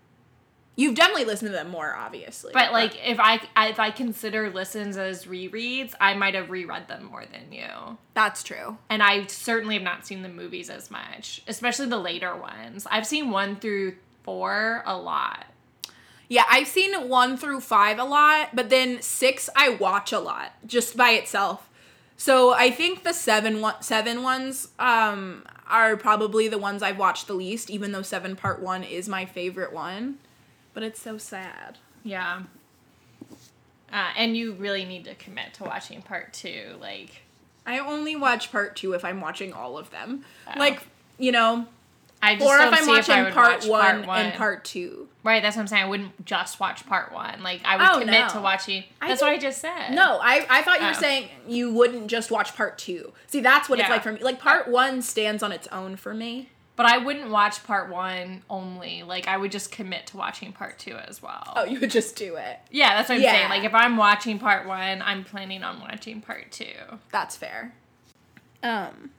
[SPEAKER 2] You've definitely listened to them more obviously.
[SPEAKER 4] But like, if I if I consider listens as rereads, I might have reread them more than you.
[SPEAKER 2] that's true.
[SPEAKER 4] And I certainly have not seen the movies as much, especially the later ones. I've seen one through four a lot.
[SPEAKER 2] Yeah, I've seen one through five a lot, but then six I watch a lot just by itself. So I think the seven one seven ones um, are probably the ones I've watched the least, even though seven part one is my favorite one. But it's so sad.
[SPEAKER 4] Yeah. Uh, and you really need to commit to watching part two. Like,
[SPEAKER 2] I only watch part two if I'm watching all of them,
[SPEAKER 4] Wow.
[SPEAKER 2] like you know,
[SPEAKER 4] I just
[SPEAKER 2] or
[SPEAKER 4] don't
[SPEAKER 2] if I'm
[SPEAKER 4] see
[SPEAKER 2] watching
[SPEAKER 4] if I would
[SPEAKER 2] part,
[SPEAKER 4] watch
[SPEAKER 2] one
[SPEAKER 4] part one
[SPEAKER 2] and part two.
[SPEAKER 4] Right, that's what I'm saying. I wouldn't just watch part one. Like, I
[SPEAKER 2] Oh,
[SPEAKER 4] would commit
[SPEAKER 2] no.
[SPEAKER 4] to watching.
[SPEAKER 2] I
[SPEAKER 4] That's what I
[SPEAKER 2] think-
[SPEAKER 4] just said.
[SPEAKER 2] No, I, I thought you were
[SPEAKER 4] Oh.
[SPEAKER 2] saying you wouldn't just watch part two. See, that's what it's
[SPEAKER 4] Yeah.
[SPEAKER 2] like for me. Like part one stands on its own for me.
[SPEAKER 4] But I wouldn't watch part one only. Like I would just commit to watching part two as well.
[SPEAKER 2] Oh, you would just do it.
[SPEAKER 4] Yeah, that's what I'm
[SPEAKER 2] Yeah.
[SPEAKER 4] saying. Like if I'm watching part one, I'm planning on watching part two.
[SPEAKER 2] That's fair. Um,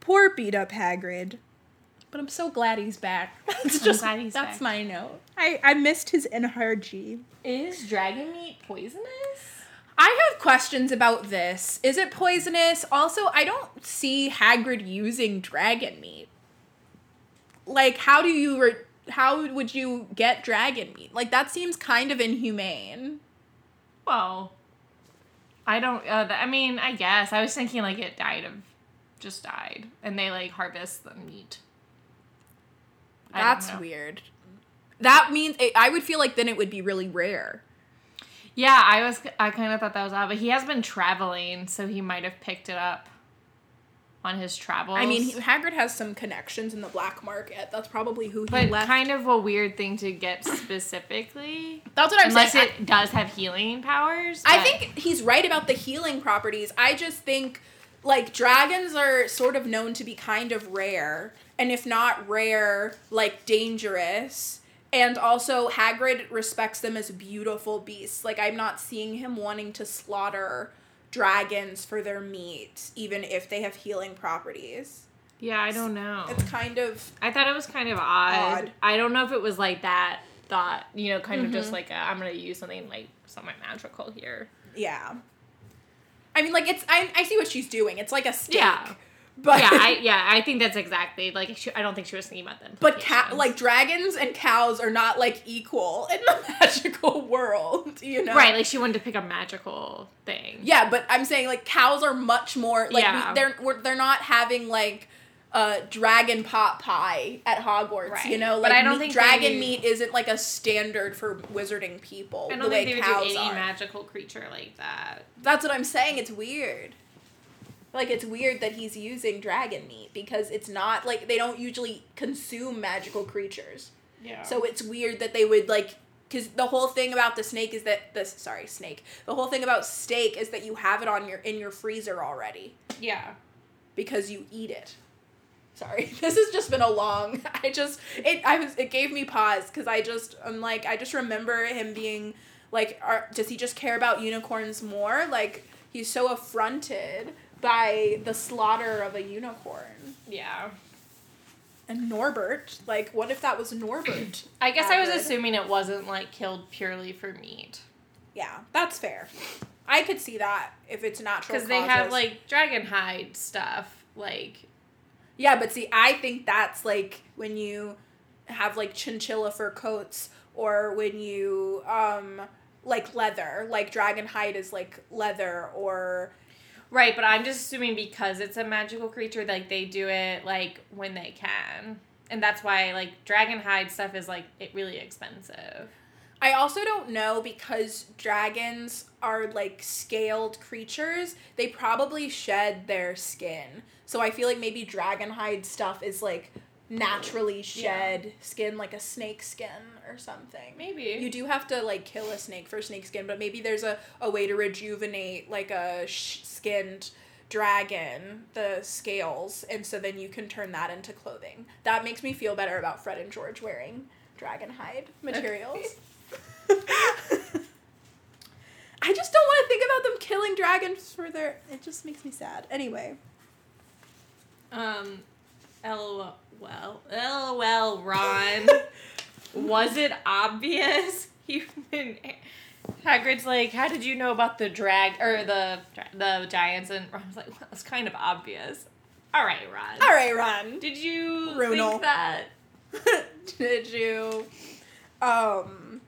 [SPEAKER 2] poor beat up Hagrid. But I'm so glad he's back. That's just
[SPEAKER 4] glad he's
[SPEAKER 2] that's
[SPEAKER 4] back.
[SPEAKER 2] my note. I I missed his NRG.
[SPEAKER 4] Is dragon meat poisonous?
[SPEAKER 2] I have questions about this. Is it poisonous? Also, I don't see Hagrid using dragon meat. Like, how do you re- how would you get dragon meat? Like that seems kind of inhumane.
[SPEAKER 4] Well, I don't. Uh, th- I mean, I guess I was thinking like it died of, just died, and they like harvest the meat. I don't
[SPEAKER 2] That's
[SPEAKER 4] know.
[SPEAKER 2] weird. That means it, I would feel like then it would be really rare.
[SPEAKER 4] Yeah, I was. I kind of thought that was odd, but he has been traveling, so he might have picked it up on his travels.
[SPEAKER 2] I mean, he- Hagrid has some connections in the black market. That's probably who he
[SPEAKER 4] But
[SPEAKER 2] left.
[SPEAKER 4] kind of a weird thing to get specifically.
[SPEAKER 2] That's what I'm
[SPEAKER 4] Unless
[SPEAKER 2] saying.
[SPEAKER 4] it does have healing powers.
[SPEAKER 2] I, I
[SPEAKER 4] but-
[SPEAKER 2] think he's right about the healing properties. I just think like dragons are sort of known to be kind of rare, and if not rare, like dangerous. And also, Hagrid respects them as beautiful beasts. Like I'm not seeing him wanting to slaughter dragons for their meat, even if they have healing properties.
[SPEAKER 4] Yeah, I don't know.
[SPEAKER 2] It's kind of
[SPEAKER 4] I thought it was kind of odd.
[SPEAKER 2] Odd.
[SPEAKER 4] I don't know if it was like that thought, you know, kind of just like, a, I'm going to use something like something magical here.
[SPEAKER 2] Yeah. I mean, like it's I, I see what she's doing. It's like a stick,
[SPEAKER 4] Yeah.
[SPEAKER 2] But
[SPEAKER 4] yeah, I yeah, I think that's exactly like she, I don't think she was thinking about them.
[SPEAKER 2] but ca- like dragons and cows are not like equal in the magical world, you know?
[SPEAKER 4] right, like she wanted to pick a magical thing.
[SPEAKER 2] Yeah, but I'm saying like cows are much more like
[SPEAKER 4] Yeah.
[SPEAKER 2] we, they're we're, they're not having like uh, dragon pot pie at Hogwarts, you
[SPEAKER 4] Right.
[SPEAKER 2] know.
[SPEAKER 4] But
[SPEAKER 2] Like
[SPEAKER 4] I don't
[SPEAKER 2] meat-
[SPEAKER 4] think
[SPEAKER 2] dragon
[SPEAKER 4] they-
[SPEAKER 2] meat isn't like a standard for wizarding people.
[SPEAKER 4] I
[SPEAKER 2] the
[SPEAKER 4] don't
[SPEAKER 2] way
[SPEAKER 4] think they would
[SPEAKER 2] cows
[SPEAKER 4] do any
[SPEAKER 2] are.
[SPEAKER 4] magical creature like that.
[SPEAKER 2] That's what I'm saying. It's weird. Like it's weird that he's using dragon meat because it's not like they don't usually consume magical creatures.
[SPEAKER 4] Yeah.
[SPEAKER 2] So it's weird that they would like because the whole thing about the snake is that the sorry snake the whole thing about steak is that you have it on your in your freezer already
[SPEAKER 4] yeah.
[SPEAKER 2] because you eat it. Sorry, this has just been a long. I just it I was it gave me pause because I just I'm like I just remember him being like, are, does he just care about unicorns more? Like he's so affronted by the slaughter of a unicorn.
[SPEAKER 4] Yeah.
[SPEAKER 2] And Norbert, like, what if that was Norbert?
[SPEAKER 4] I guess I was
[SPEAKER 2] Hagrid?
[SPEAKER 4] assuming it wasn't like killed purely for meat.
[SPEAKER 2] Yeah, that's fair. I could see that if it's natural.
[SPEAKER 4] Because they have
[SPEAKER 2] causes.
[SPEAKER 4] like dragon hide stuff. Like
[SPEAKER 2] Yeah, but see, I think that's like when you have like chinchilla fur coats or when you um like leather, like dragon hide is like leather or
[SPEAKER 4] Right, but I'm just assuming because it's a magical creature, like they do it like when they can. And that's why like dragon hide stuff is like it really expensive.
[SPEAKER 2] I also don't know because dragons are like scaled creatures. They probably shed their skin. So I feel like maybe dragon hide stuff is like naturally shed skin like a snake skin or something.
[SPEAKER 4] Maybe.
[SPEAKER 2] You do have to like kill a snake for snake skin, but maybe there's a, a way to rejuvenate like a sh- skinned dragon, the scales, and so then you can turn that into clothing. That makes me feel better about Fred and George wearing dragon hide materials. I just don't want to think about them killing dragons for their. It just makes me sad. Anyway.
[SPEAKER 4] Um LOL LOL Ron. Was it obvious? Even Hagrid's like, how did you know about the drag or the the giants? And Ron's like, well, it's kind of obvious. All right, Ron.
[SPEAKER 2] All right, Ron.
[SPEAKER 4] Did you
[SPEAKER 2] Runel.
[SPEAKER 4] think that?
[SPEAKER 2] Did you? Um,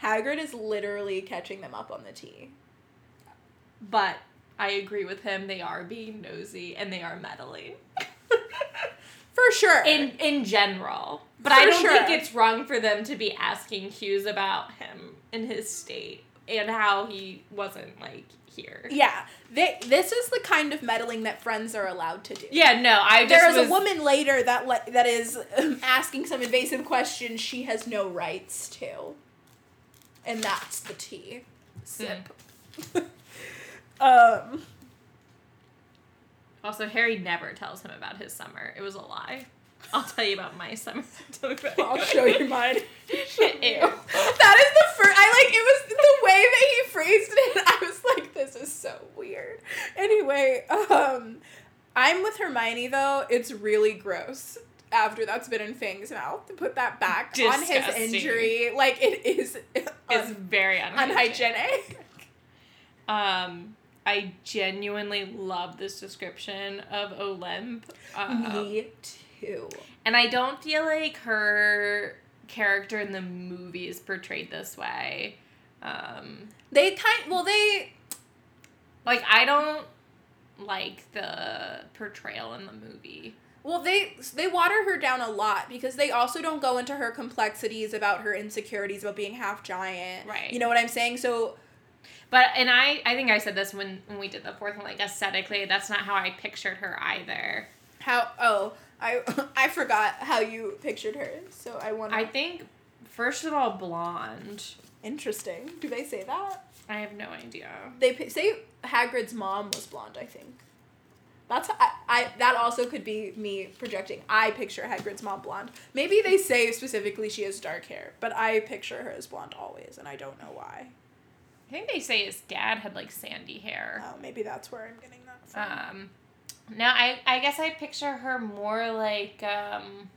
[SPEAKER 2] Hagrid is literally catching them up on the tea.
[SPEAKER 4] But I agree with him. They are being nosy and they are meddling.
[SPEAKER 2] For sure.
[SPEAKER 4] in in general. But
[SPEAKER 2] For
[SPEAKER 4] I don't
[SPEAKER 2] sure.
[SPEAKER 4] think it's wrong for them to be asking cues about him and his state and how he wasn't like here.
[SPEAKER 2] yeah, they, this is the kind of meddling that friends are allowed to do.
[SPEAKER 4] Yeah, no, I just
[SPEAKER 2] There is
[SPEAKER 4] was,
[SPEAKER 2] a woman later that le- that is um, asking some invasive questions she has no rights to, and that's the tea. Sip.
[SPEAKER 4] Mm.
[SPEAKER 2] um.
[SPEAKER 4] Also, Harry never tells him about his summer. It was a lie. I'll tell you about my summer.
[SPEAKER 2] I'll show you mine.
[SPEAKER 4] Ew.
[SPEAKER 2] That is the first. I like it was the way that he phrased it. I was like, this is so weird. Anyway, um, I'm with Hermione though. It's really gross. After that's been in Fang's mouth, to put that back on his
[SPEAKER 4] Disgusting.
[SPEAKER 2] injury, like it is
[SPEAKER 4] It's
[SPEAKER 2] un-
[SPEAKER 4] very
[SPEAKER 2] Um, unhygienic.
[SPEAKER 4] unhygienic. Um, I genuinely love this description of Olymp. Um,
[SPEAKER 2] Me too.
[SPEAKER 4] And I don't feel like her character in the movie is portrayed this way. Um,
[SPEAKER 2] They kind well they
[SPEAKER 4] like I don't like the portrayal in the movie.
[SPEAKER 2] well they they water her down a lot because they also don't go into her complexities about her insecurities about being half giant.
[SPEAKER 4] Right.
[SPEAKER 2] You know what I'm saying? So
[SPEAKER 4] But and I I think I said this when when we did the fourth one like aesthetically that's not how I pictured her either.
[SPEAKER 2] How? Oh, I I forgot how you pictured her. So I want.
[SPEAKER 4] I think first of all blonde.
[SPEAKER 2] Interesting. Do they say that?
[SPEAKER 4] I have no idea.
[SPEAKER 2] They pi- say Hagrid's mom was blonde. I think. That's I, I that also could be me projecting. I picture Hagrid's mom blonde. Maybe they say specifically she has dark hair, but I picture her as blonde always, and I don't know why.
[SPEAKER 4] I think they say his dad had like sandy hair.
[SPEAKER 2] Oh, maybe that's where I'm getting that from.
[SPEAKER 4] Um, now I I guess I picture her more like um.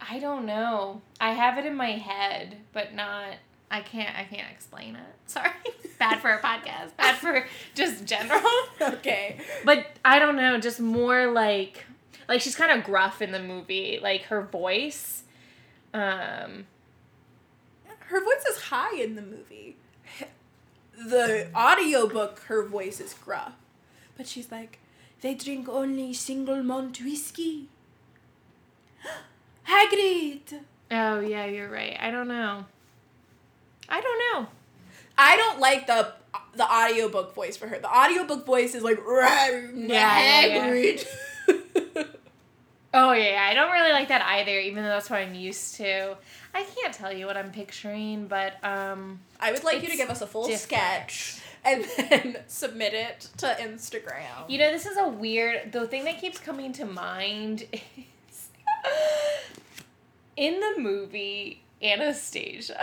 [SPEAKER 4] I don't know. I have it in my head, but not I can't. I can't explain it. Sorry. Bad for a podcast. Bad for just general.
[SPEAKER 2] Okay.
[SPEAKER 4] But I don't know. Just more like, like she's kind of gruff in the movie. Like her voice. Um.
[SPEAKER 2] Her voice is high in the movie. The audiobook, her voice is gruff. But she's like, they drink only single malt whiskey. Hagrid!
[SPEAKER 4] Oh yeah, you're right. I don't know. I don't know.
[SPEAKER 2] I don't like the the audiobook voice for her. The audiobook voice is like Hagrid.
[SPEAKER 4] yeah, yeah. Oh yeah, yeah, I don't really like that either. Even though that's what I'm used to. I can't tell you what I'm picturing, but um.
[SPEAKER 2] I would like you to
[SPEAKER 4] It's
[SPEAKER 2] give us a full
[SPEAKER 4] different.
[SPEAKER 2] sketch and then submit it to Instagram.
[SPEAKER 4] You know, this is a weird. The thing that keeps coming to mind is in the movie Anastasia.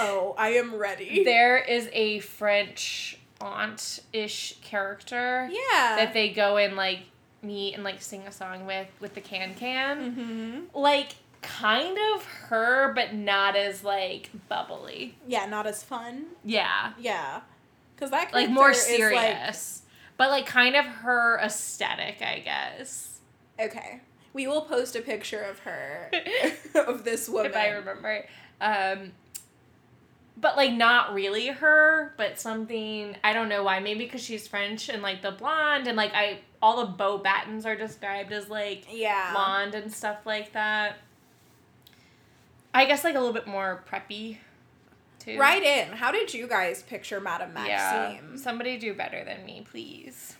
[SPEAKER 2] oh, I am ready.
[SPEAKER 4] there is a French aunt ish character
[SPEAKER 2] yeah.
[SPEAKER 4] that they go and like meet and like sing a song with with the can can.
[SPEAKER 2] hmm
[SPEAKER 4] Like kind of her, but not as like bubbly.
[SPEAKER 2] Yeah, not as fun.
[SPEAKER 4] Yeah,
[SPEAKER 2] Yeah. Because that
[SPEAKER 4] like more
[SPEAKER 2] character is, like-
[SPEAKER 4] serious, but like kind of her aesthetic, I guess.
[SPEAKER 2] okay. We will post a picture of her, of this woman.
[SPEAKER 4] if I remember. it. Um, but like not really her, but something I don't know why. Maybe because she's French and like the blonde and like I all the Beau Battens are described as like
[SPEAKER 2] Yeah.
[SPEAKER 4] blonde and stuff like that. I guess like a little bit more preppy, too.
[SPEAKER 2] Right in. How did you guys picture Madame
[SPEAKER 4] Yeah.
[SPEAKER 2] Maxime?
[SPEAKER 4] Somebody do better than me, please.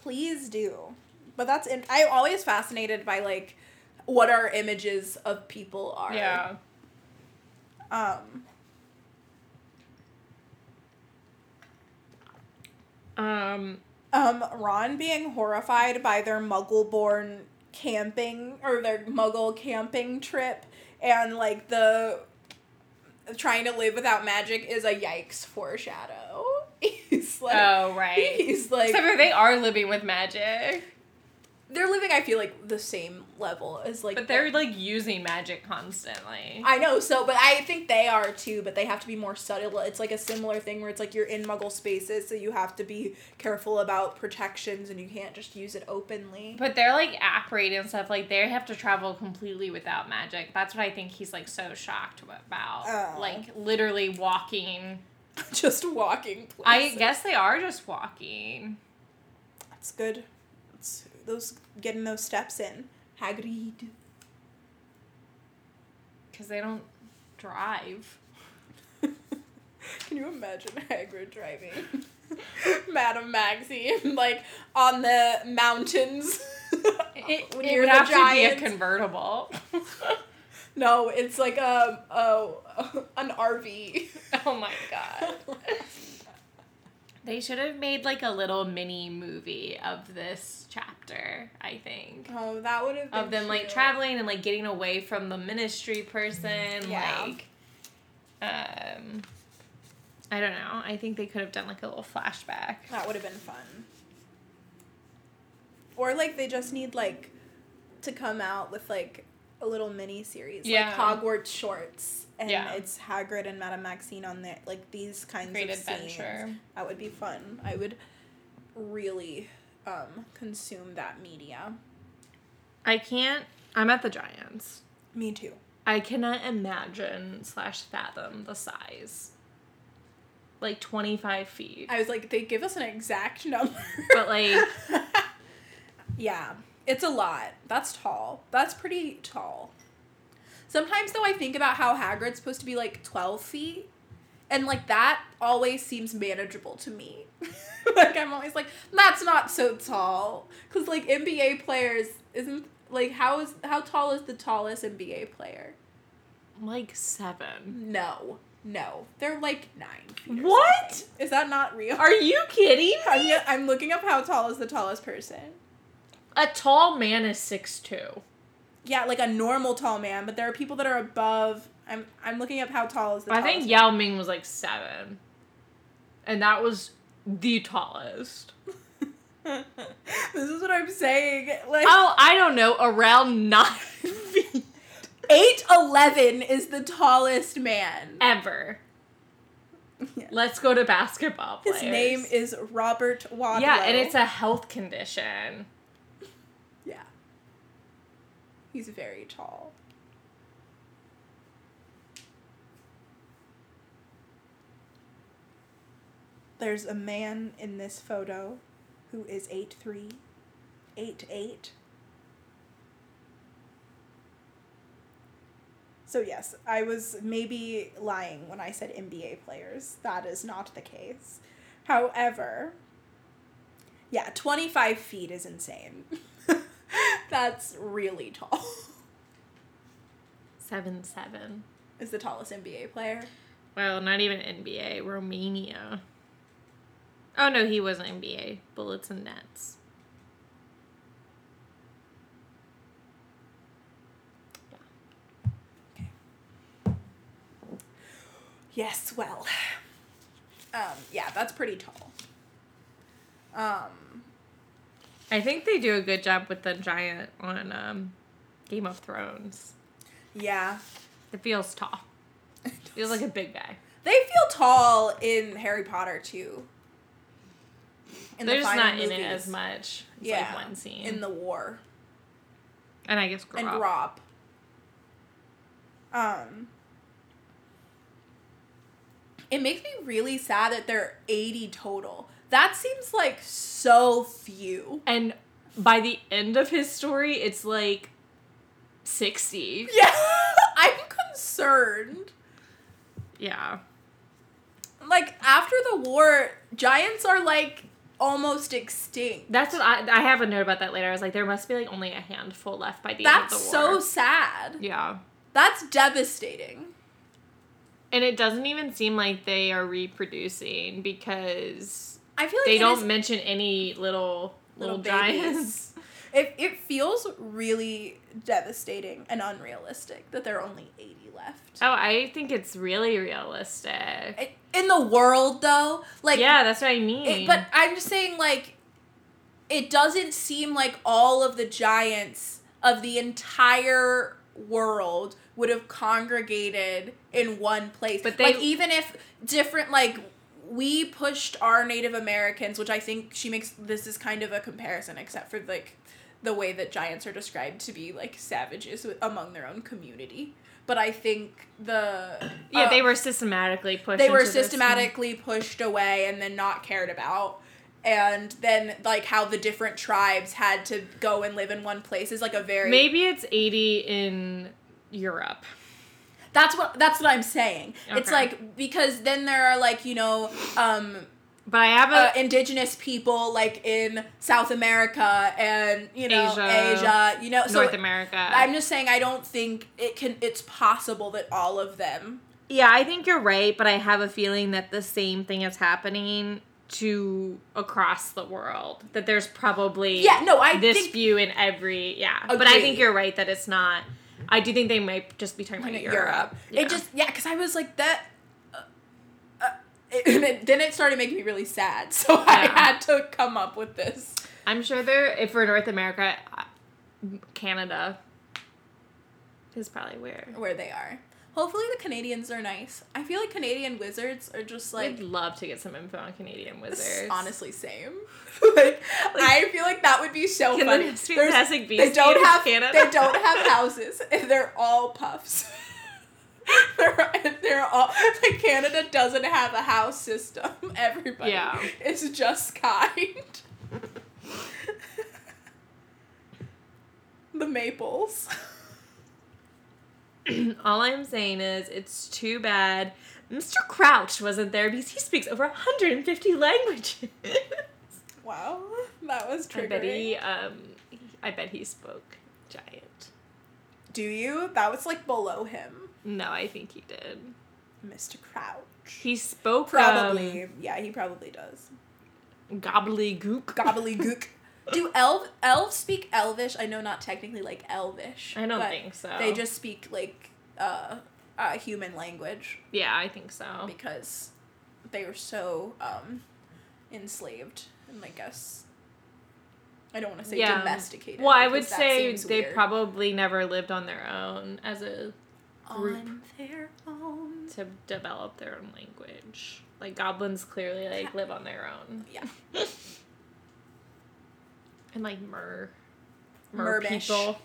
[SPEAKER 2] Please do. But that's in- I'm always fascinated by like what our images of people are.
[SPEAKER 4] Yeah.
[SPEAKER 2] Um.
[SPEAKER 4] Um.
[SPEAKER 2] Um. Ron being horrified by their Muggle-born camping or their Muggle camping trip, and like the trying to live without magic is a yikes foreshadow. He's like.
[SPEAKER 4] oh right.
[SPEAKER 2] He's like
[SPEAKER 4] Except for they are living with magic,
[SPEAKER 2] they're living. I feel like the same level as like
[SPEAKER 4] but they're like using magic constantly.
[SPEAKER 2] I know, so but I think they are too, but they have to be more subtle. It's like a similar thing where it's like you're in muggle spaces, so you have to be careful about protections and you can't just use it openly.
[SPEAKER 4] But they're like operating and stuff. Like they have to travel completely without magic. That's what I think he's like so shocked about.
[SPEAKER 2] Oh.
[SPEAKER 4] Like literally walking.
[SPEAKER 2] just walking places.
[SPEAKER 4] I guess they are just walking.
[SPEAKER 2] that's good. It's those getting those steps in. Hagrid.
[SPEAKER 4] Because they don't drive.
[SPEAKER 2] Can you imagine Hagrid driving? Madame Maxime, like on the mountains.
[SPEAKER 4] It, it
[SPEAKER 2] near
[SPEAKER 4] would
[SPEAKER 2] Oh. the
[SPEAKER 4] have to
[SPEAKER 2] giants.
[SPEAKER 4] be a convertible.
[SPEAKER 2] no, it's like a, a an RV.
[SPEAKER 4] oh my god. They should have made like a little mini movie of this chapter, I think.
[SPEAKER 2] Oh, that would have been
[SPEAKER 4] Of them like
[SPEAKER 2] cute.
[SPEAKER 4] traveling and like getting away from the ministry person.
[SPEAKER 2] Yeah.
[SPEAKER 4] Like um I don't know. I think they could have done like a little flashback.
[SPEAKER 2] That would have been fun. Or like they just need like to come out with like a little mini series,
[SPEAKER 4] Yeah.
[SPEAKER 2] like Hogwarts shorts, and
[SPEAKER 4] Yeah.
[SPEAKER 2] it's Hagrid and Madame Maxine on there, like these kinds
[SPEAKER 4] Great
[SPEAKER 2] of
[SPEAKER 4] adventure.
[SPEAKER 2] scenes. That would be fun. I would really um, consume that media.
[SPEAKER 4] I can't I'm at the Giants.
[SPEAKER 2] Me too.
[SPEAKER 4] I cannot imagine slash fathom the size. Like twenty five feet.
[SPEAKER 2] I was like, they give us an exact number,
[SPEAKER 4] But, like-
[SPEAKER 2] yeah, it's a lot. That's tall. That's pretty tall. Sometimes though, I think about how Hagrid's supposed to be like twelve feet, and like that always seems manageable to me. like I'm always like, that's not so tall, because like NBA players isn't like how is how tall is the tallest NBA player?
[SPEAKER 4] like seven.
[SPEAKER 2] No, no, they're like nine. Feet or
[SPEAKER 4] What?
[SPEAKER 2] something. is that not real?
[SPEAKER 4] Are you kidding?
[SPEAKER 2] I'm, yeah, I'm looking up how tall is the tallest person.
[SPEAKER 4] A tall man is six two.
[SPEAKER 2] Yeah, like a normal tall man, but there are people that are above. I'm I'm looking up how tall is the.
[SPEAKER 4] I
[SPEAKER 2] Tallest
[SPEAKER 4] think Yao Ming was like seven, and that was the tallest.
[SPEAKER 2] yeah. this is what I'm saying. Like
[SPEAKER 4] Oh, I don't know, around nine feet.
[SPEAKER 2] Eight eleven is the tallest man.
[SPEAKER 4] Ever.
[SPEAKER 2] Yeah.
[SPEAKER 4] Let's go to basketball players.
[SPEAKER 2] His name is Robert Wadlow.
[SPEAKER 4] Yeah, and it's a health condition.
[SPEAKER 2] yeah. He's very tall. There's a man in this photo who is 8'3, 8'8. So, yes, I was maybe lying when I said NBA players. That is not the case. However, yeah, 25 feet is insane. That's really tall.
[SPEAKER 4] Seven seven.
[SPEAKER 2] Is the tallest NBA player.
[SPEAKER 4] Well, not even NBA. Romania. Oh no, he wasn't NBA. Bullets and Nets.
[SPEAKER 2] Yes, well. Um, yeah, that's pretty tall. Um,
[SPEAKER 4] I think they do a good job with the giant on um, Game of Thrones.
[SPEAKER 2] yeah.
[SPEAKER 4] It feels tall. Feels like a big guy.
[SPEAKER 2] They feel tall in Harry Potter too. In
[SPEAKER 4] They're just
[SPEAKER 2] final
[SPEAKER 4] not in it
[SPEAKER 2] movies.
[SPEAKER 4] as much. It's
[SPEAKER 2] yeah,
[SPEAKER 4] like one scene.
[SPEAKER 2] in the war
[SPEAKER 4] and I guess Grob.
[SPEAKER 2] and Rob. Um, it makes me really sad that they're eighty total. That seems like so few.
[SPEAKER 4] And by the end of his story, it's like 60.
[SPEAKER 2] Yeah, I'm concerned.
[SPEAKER 4] Yeah.
[SPEAKER 2] Like after the war, giants are like almost extinct.
[SPEAKER 4] That's what I, I have a note about that later. I was like, there must be like only a handful left by the
[SPEAKER 2] That's
[SPEAKER 4] end of the
[SPEAKER 2] so
[SPEAKER 4] war.
[SPEAKER 2] sad.
[SPEAKER 4] Yeah.
[SPEAKER 2] That's devastating.
[SPEAKER 4] And it doesn't even seem like they are reproducing because
[SPEAKER 2] I feel like
[SPEAKER 4] they
[SPEAKER 2] it
[SPEAKER 4] don't
[SPEAKER 2] is-
[SPEAKER 4] mention any little little,
[SPEAKER 2] Little
[SPEAKER 4] giants.
[SPEAKER 2] It, it feels really devastating and unrealistic that there are only 80 left.
[SPEAKER 4] Oh, I think it's really realistic.
[SPEAKER 2] I- In the world, though, like,
[SPEAKER 4] yeah, that's what I mean.
[SPEAKER 2] it- but I'm just saying, like, it doesn't seem like all of the giants of the entire world would have congregated in one place.
[SPEAKER 4] But they-
[SPEAKER 2] like, even if different, like, we pushed our Native Americans, which I think she makes this is kind of a comparison, except for like the way that giants are described to be like savages with- among their own community. But I think the
[SPEAKER 4] yeah,
[SPEAKER 2] uh,
[SPEAKER 4] they were systematically pushed.
[SPEAKER 2] they were
[SPEAKER 4] into this-
[SPEAKER 2] systematically pushed away and then not cared about and then like how the different tribes had to go and live in one place is like a very
[SPEAKER 4] Maybe it's eighty in Europe.
[SPEAKER 2] that's what that's what i'm saying it's
[SPEAKER 4] Okay.
[SPEAKER 2] like because then there are like you know um
[SPEAKER 4] But I have a
[SPEAKER 2] uh, indigenous people like in south america and you know
[SPEAKER 4] Asia.
[SPEAKER 2] asia, you know so
[SPEAKER 4] North America.
[SPEAKER 2] i'm just saying i don't think it can it's possible that all of them
[SPEAKER 4] yeah, I think you're right, but I have a feeling that the same thing is happening to across the world. That there's probably
[SPEAKER 2] yeah no i
[SPEAKER 4] this
[SPEAKER 2] think
[SPEAKER 4] view in every yeah. But I think
[SPEAKER 2] Agreed.
[SPEAKER 4] you're right that it's not. I do think they might just be talking about
[SPEAKER 2] Europe.
[SPEAKER 4] Europe. Yeah.
[SPEAKER 2] It just yeah, because I was like that. Uh, uh, it, and it- then it started making me really sad, so I
[SPEAKER 4] Yeah.
[SPEAKER 2] had to come up with this.
[SPEAKER 4] I'm sure there. If for North America, uh, Canada is probably where.
[SPEAKER 2] Where they are. Hopefully the Canadians are nice. I feel like Canadian wizards are just like
[SPEAKER 4] I'd love to get some info on Canadian wizards.
[SPEAKER 2] honestly same. like I feel like that would be so
[SPEAKER 4] Can the
[SPEAKER 2] funny.
[SPEAKER 4] next
[SPEAKER 2] There's-
[SPEAKER 4] Fantastic Beasts
[SPEAKER 2] they
[SPEAKER 4] be
[SPEAKER 2] don't
[SPEAKER 4] in
[SPEAKER 2] have
[SPEAKER 4] Canada?
[SPEAKER 2] they don't have houses. And they're all puffs. they're, they're all like Canada doesn't have a house system. Everybody
[SPEAKER 4] Yeah.
[SPEAKER 2] is just kind. the maples.
[SPEAKER 4] All I'm saying is, it's too bad Mr. Crouch wasn't there because he speaks over 150 languages.
[SPEAKER 2] Wow, that was
[SPEAKER 4] I
[SPEAKER 2] triggering.
[SPEAKER 4] bet he, um, I bet he spoke giant.
[SPEAKER 2] Do you? That was like below him,
[SPEAKER 4] No, I think he did.
[SPEAKER 2] Mr. Crouch.
[SPEAKER 4] He spoke
[SPEAKER 2] Probably. yeah, he probably does.
[SPEAKER 4] um, gobbledygook.
[SPEAKER 2] Gobbledygook. Do elf elves speak elvish? I know not technically like elvish.
[SPEAKER 4] I don't
[SPEAKER 2] but
[SPEAKER 4] think so.
[SPEAKER 2] They just speak like uh, uh human language
[SPEAKER 4] yeah, I think so.
[SPEAKER 2] because they were so um enslaved and I guess I don't want to say
[SPEAKER 4] Yeah.
[SPEAKER 2] domesticated.
[SPEAKER 4] Well, I would
[SPEAKER 2] because that
[SPEAKER 4] say
[SPEAKER 2] seems
[SPEAKER 4] they
[SPEAKER 2] weird.
[SPEAKER 4] probably never lived on their own as a
[SPEAKER 2] on their own.
[SPEAKER 4] to develop their own language. Like goblins clearly like live on their own.
[SPEAKER 2] Yeah.
[SPEAKER 4] And like mer mer
[SPEAKER 2] Mermish
[SPEAKER 4] people.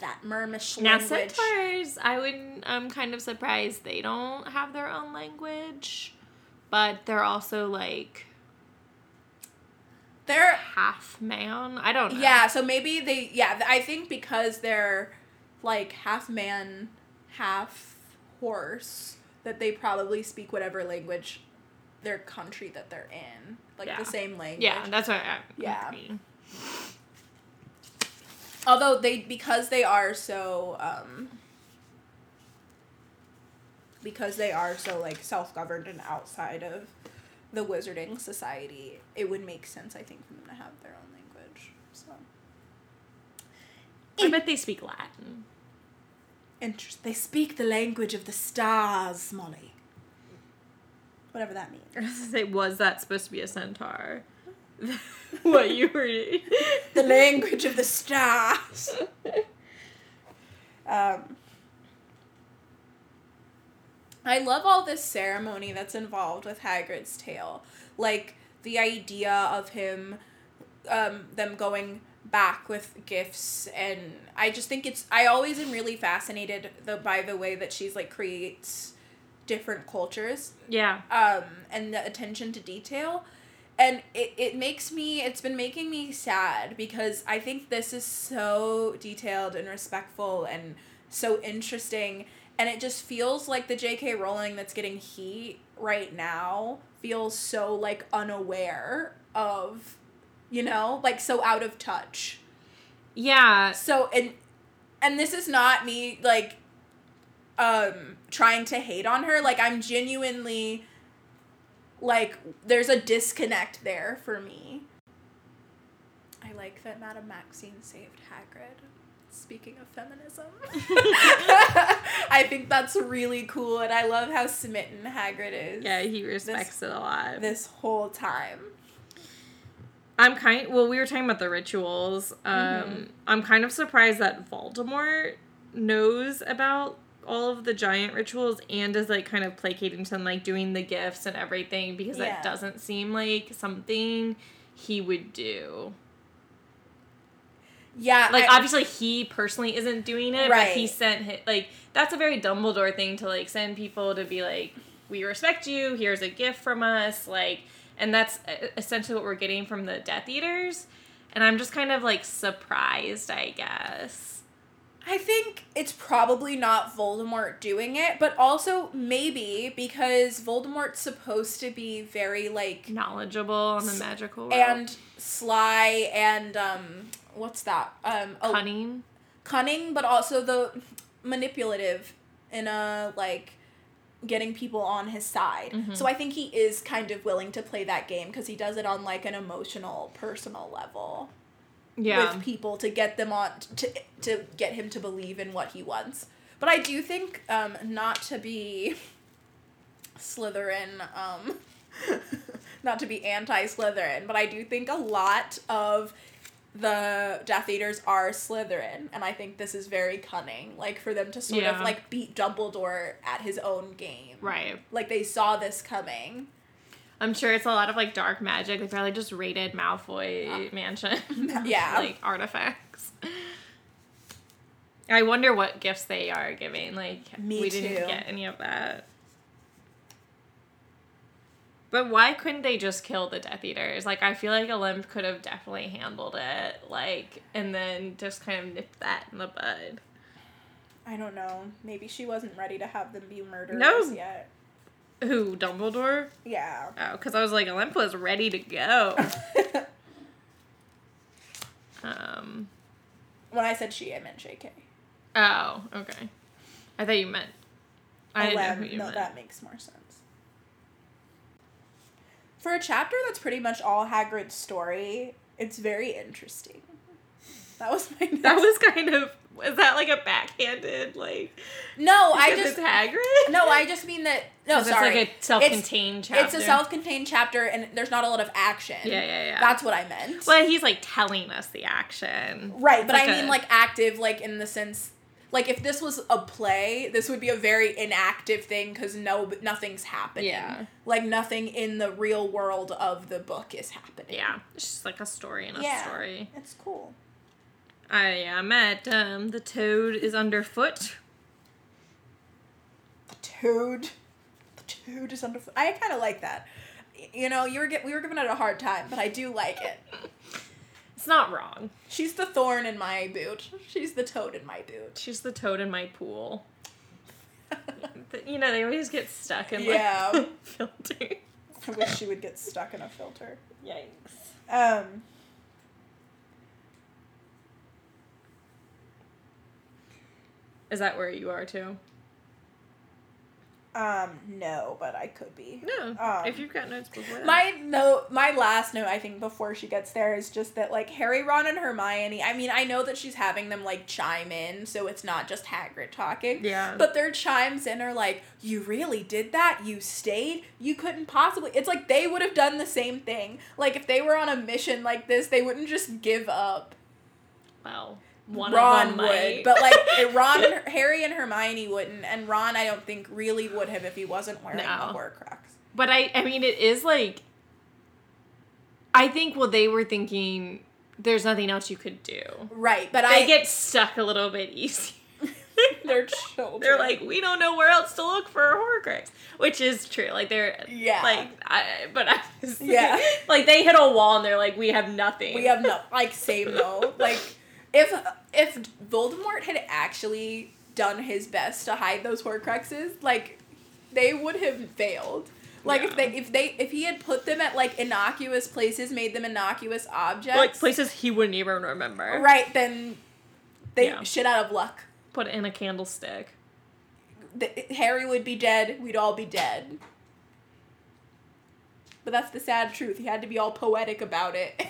[SPEAKER 2] That mermish
[SPEAKER 4] Now
[SPEAKER 2] language.
[SPEAKER 4] centaurs, I would I'm kind of surprised they don't have their own language. But they're also like
[SPEAKER 2] They're
[SPEAKER 4] half man. I don't know.
[SPEAKER 2] yeah. So maybe they yeah. th- I think because they're like half man, half horse, that they probably speak whatever language, their country that they're in, like
[SPEAKER 4] Yeah.
[SPEAKER 2] the same language.
[SPEAKER 4] Yeah, that's what I
[SPEAKER 2] Yeah.
[SPEAKER 4] agree.
[SPEAKER 2] Although they because they are so um because they are so like self-governed and outside of the wizarding society, it would make sense I think for them to have their own language. So
[SPEAKER 4] I bet they speak Latin.
[SPEAKER 2] interest they speak the language of the stars, Molly. Whatever that means.
[SPEAKER 4] Say, was that supposed to be a centaur? what you were?
[SPEAKER 2] The language of the stars. Um, I love all this ceremony that's involved with Hagrid's tale. Like the idea of him, um, them going back with gifts, and I just think it's. I always am really fascinated the by the way that she's like creates different cultures
[SPEAKER 4] yeah.
[SPEAKER 2] um, and the attention to detail. And it, it makes me, it's been making me sad because I think this is so detailed and respectful and so interesting. And it just feels like the JK Rowling that's getting heat right now feels so like unaware of, you know, like so out of touch.
[SPEAKER 4] Yeah.
[SPEAKER 2] So and and this is not me like um trying to hate on her. Like I'm genuinely like there's a disconnect there for me. I like that Madame Maxine saved Hagrid. Speaking of feminism, I think that's really cool, and I love how smitten Hagrid is.
[SPEAKER 4] Yeah, he respects it a lot.
[SPEAKER 2] This whole time.
[SPEAKER 4] I'm kind well, we were talking about the rituals. Um I'm kind of surprised that Voldemort knows about all of the giant rituals and is like kind of placating to them like doing the gifts and everything because
[SPEAKER 2] Yeah.
[SPEAKER 4] that doesn't seem like something he would do.
[SPEAKER 2] Yeah.
[SPEAKER 4] Like
[SPEAKER 2] I-
[SPEAKER 4] obviously he personally isn't doing it, but he
[SPEAKER 2] Right.
[SPEAKER 4] sent hi like that's a very Dumbledore thing to like send people to be like, we respect you. Here's a gift from us, like, and that's uh, essentially what we're getting from the Death Eaters, and I'm just kind of like surprised, I guess.
[SPEAKER 2] I think it's probably not Voldemort doing it, but also maybe because Voldemort's supposed to be very like
[SPEAKER 4] Knowledgeable on the magical world.
[SPEAKER 2] and sly and um what's that? Um a-
[SPEAKER 4] cunning.
[SPEAKER 2] cunning but also the manipulative in a like getting people on his side. So I think he is kind of willing to play that game cuz he does it on like an emotional personal level
[SPEAKER 4] Yeah.
[SPEAKER 2] with people to get them on to to get him to believe in what he wants. But I do think um, not to be Slytherin, um, not to be anti Slytherin, but I do think a lot of the Death Eaters are Slytherin, and I think this is very cunning, like for them to sort of
[SPEAKER 4] Yeah.
[SPEAKER 2] like beat Dumbledore at his own game.
[SPEAKER 4] right.
[SPEAKER 2] Like they saw this coming.
[SPEAKER 4] I'm sure it's a lot of like dark magic. They probably just raided Malfoy Mansion.
[SPEAKER 2] Yeah.
[SPEAKER 4] like artifacts. I wonder what gifts they are giving. Like
[SPEAKER 2] Me
[SPEAKER 4] we didn't
[SPEAKER 2] too.
[SPEAKER 4] get any of that. But why couldn't they just kill the Death Eaters? Like I feel like a limp could have definitely handled it, like and then just kind of nipped that in the bud.
[SPEAKER 2] I don't know. Maybe she wasn't ready to have them be murderers yet.
[SPEAKER 4] Who Dumbledore?
[SPEAKER 2] Yeah.
[SPEAKER 4] Oh, because I was like, Olymp was ready to go. um.
[SPEAKER 2] When I said she, I meant JK.
[SPEAKER 4] Oh, okay. I thought you meant. I didn't know
[SPEAKER 2] Eleven.
[SPEAKER 4] who you
[SPEAKER 2] no,
[SPEAKER 4] meant.
[SPEAKER 2] that makes more sense. For a chapter that's pretty much all Hagrid's story, it's very interesting. That was my.
[SPEAKER 4] That was kind of was that like a backhanded like
[SPEAKER 2] no. I
[SPEAKER 4] because
[SPEAKER 2] just
[SPEAKER 4] it's Hagrid?
[SPEAKER 2] no. I just mean that. No,
[SPEAKER 4] 'Cause it's
[SPEAKER 2] sorry.
[SPEAKER 4] like a self-contained chapter.
[SPEAKER 2] It's a self-contained chapter, and there's not a lot of action.
[SPEAKER 4] Yeah, yeah, yeah.
[SPEAKER 2] That's what I meant.
[SPEAKER 4] Well, he's like telling us the action.
[SPEAKER 2] right, but I
[SPEAKER 4] It's a-
[SPEAKER 2] mean like active, like in the sense, like if this was a play, this would be a very inactive thing because no, nothing's happening.
[SPEAKER 4] Yeah.
[SPEAKER 2] Like nothing in the real world of the book is happening.
[SPEAKER 4] yeah, it's just like a story and a
[SPEAKER 2] Yeah.
[SPEAKER 4] story.
[SPEAKER 2] It's cool.
[SPEAKER 4] I am at um, the toad is underfoot.
[SPEAKER 2] The toad. The toad is underfoot. I kind of like that. Y- You know, you were get, we were giving it a hard time, but I do like it.
[SPEAKER 4] It's not wrong.
[SPEAKER 2] She's the thorn in my boot. She's the toad in my boot.
[SPEAKER 4] She's the toad in my pool. But, you know they always get stuck in like
[SPEAKER 2] Yeah.
[SPEAKER 4] filter.
[SPEAKER 2] I wish she would get stuck in a filter.
[SPEAKER 4] Yikes.
[SPEAKER 2] Um.
[SPEAKER 4] Is that where you are too?
[SPEAKER 2] Um. No, but I could be.
[SPEAKER 4] No.
[SPEAKER 2] Um,
[SPEAKER 4] if you've got notes before that.
[SPEAKER 2] My note, my last note, I think, before she gets there is just that, like, Harry, Ron, and Hermione. I mean, I know that she's having them, like, chime in, so it's not just Hagrid talking.
[SPEAKER 4] Yeah.
[SPEAKER 2] But their chimes in are like, you really did that? You stayed? You couldn't possibly. It's like they would have done the same thing. Like, if they were on a mission like this, they wouldn't just give up.
[SPEAKER 4] well, one
[SPEAKER 2] Ron
[SPEAKER 4] of them
[SPEAKER 2] would.
[SPEAKER 4] might.
[SPEAKER 2] But, like, if Ron and Her- Harry and Hermione wouldn't. And Ron, I don't think, really would have if he wasn't wearing the
[SPEAKER 4] No.
[SPEAKER 2] Horcrux.
[SPEAKER 4] But I, I mean, it is like, I think well, they were thinking there's nothing else you could do.
[SPEAKER 2] Right. But
[SPEAKER 4] They
[SPEAKER 2] I.
[SPEAKER 4] get stuck a little bit easy.
[SPEAKER 2] They're children.
[SPEAKER 4] they're like, we don't know where else to look for a Horcrux, which is true. Like they're
[SPEAKER 2] Yeah.
[SPEAKER 4] like, I, but I was
[SPEAKER 2] Yeah.
[SPEAKER 4] like they hit a wall and they're like, we have nothing.
[SPEAKER 2] We have no like same though. Like if if Voldemort had actually done his best to hide those Horcruxes, like they would have failed. Like
[SPEAKER 4] Yeah.
[SPEAKER 2] if they if they if he had put them at like innocuous places, made them innocuous objects,
[SPEAKER 4] like places he wouldn't even remember.
[SPEAKER 2] right? Then they
[SPEAKER 4] Yeah.
[SPEAKER 2] shit out of luck.
[SPEAKER 4] Put it in a candlestick.
[SPEAKER 2] Th Harry would be dead. We'd all be dead. But that's the sad truth. He had to be all poetic about it.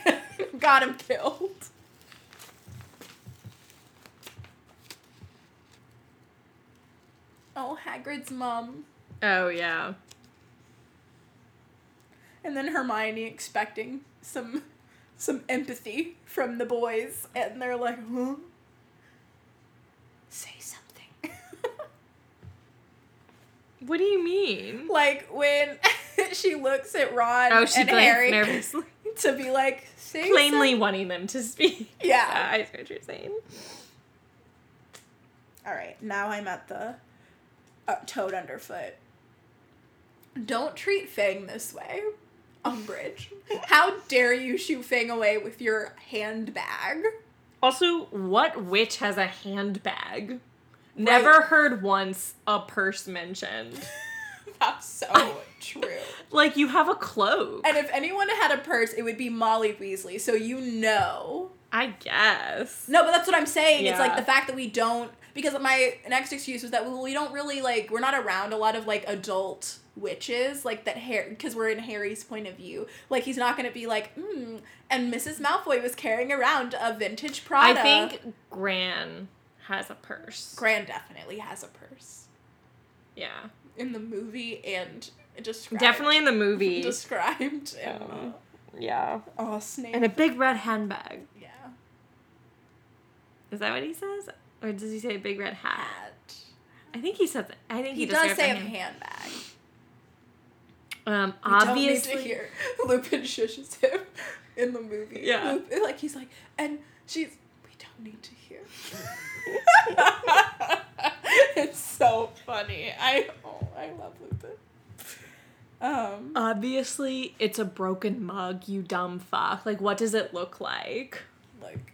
[SPEAKER 2] Got him killed. Oh, Hagrid's mom.
[SPEAKER 4] Oh yeah.
[SPEAKER 2] And then Hermione expecting some some empathy from the boys and they're like, "Huh? Say something."
[SPEAKER 4] What do you mean?
[SPEAKER 2] like when she looks at Ron
[SPEAKER 4] Oh, she
[SPEAKER 2] and
[SPEAKER 4] glanced
[SPEAKER 2] Harry
[SPEAKER 4] nervously.
[SPEAKER 2] to be like say
[SPEAKER 4] Plainly
[SPEAKER 2] some-
[SPEAKER 4] wanting them to speak.
[SPEAKER 2] Yeah.
[SPEAKER 4] I see what you're saying.
[SPEAKER 2] All right, now I'm at the uh, toad underfoot. Don't treat Fang this way, Umbridge. How dare you shoo Fang away with your handbag?
[SPEAKER 4] Also, what witch has a handbag? Never heard once a purse mentioned.
[SPEAKER 2] That's so true.
[SPEAKER 4] Like you have a cloak.
[SPEAKER 2] And if anyone had a purse, it would be Molly Weasley. So you know
[SPEAKER 4] I guess.
[SPEAKER 2] No, but that's what I'm saying. It's like
[SPEAKER 4] Yeah.
[SPEAKER 2] the fact that we don't because my next excuse was that we, we don't really like we're not around a lot of like adult witches like that Harry because we're in Harry's point of view. Like he's not gonna be like, mm, and Mrs. Malfoy was carrying around a vintage
[SPEAKER 4] I
[SPEAKER 2] Prada.
[SPEAKER 4] think Gran has a purse.
[SPEAKER 2] Gran definitely has a purse
[SPEAKER 4] yeah.
[SPEAKER 2] in the movie and described
[SPEAKER 4] Definitely in the movie.
[SPEAKER 2] described. in, uh,
[SPEAKER 4] Um, yeah.
[SPEAKER 2] oh snake!
[SPEAKER 4] And a big red handbag.
[SPEAKER 2] yeah,
[SPEAKER 4] Is that what he says? Or does he say big red hat?
[SPEAKER 2] hat.
[SPEAKER 4] I think he said that. I think
[SPEAKER 2] He,
[SPEAKER 4] he,
[SPEAKER 2] does
[SPEAKER 4] described
[SPEAKER 2] say a
[SPEAKER 4] the hand-
[SPEAKER 2] handbag.
[SPEAKER 4] Um
[SPEAKER 2] We
[SPEAKER 4] obviously
[SPEAKER 2] don't need to hear Lupin shushes him in the movie.
[SPEAKER 4] Yeah.
[SPEAKER 2] Lupin- like he's like, and she's. We don't need to hear. it's so funny. I oh, I love Lupin. Um,
[SPEAKER 4] Obviously, it's a broken mug, you dumb fuck. Like, what does it look like?
[SPEAKER 2] like.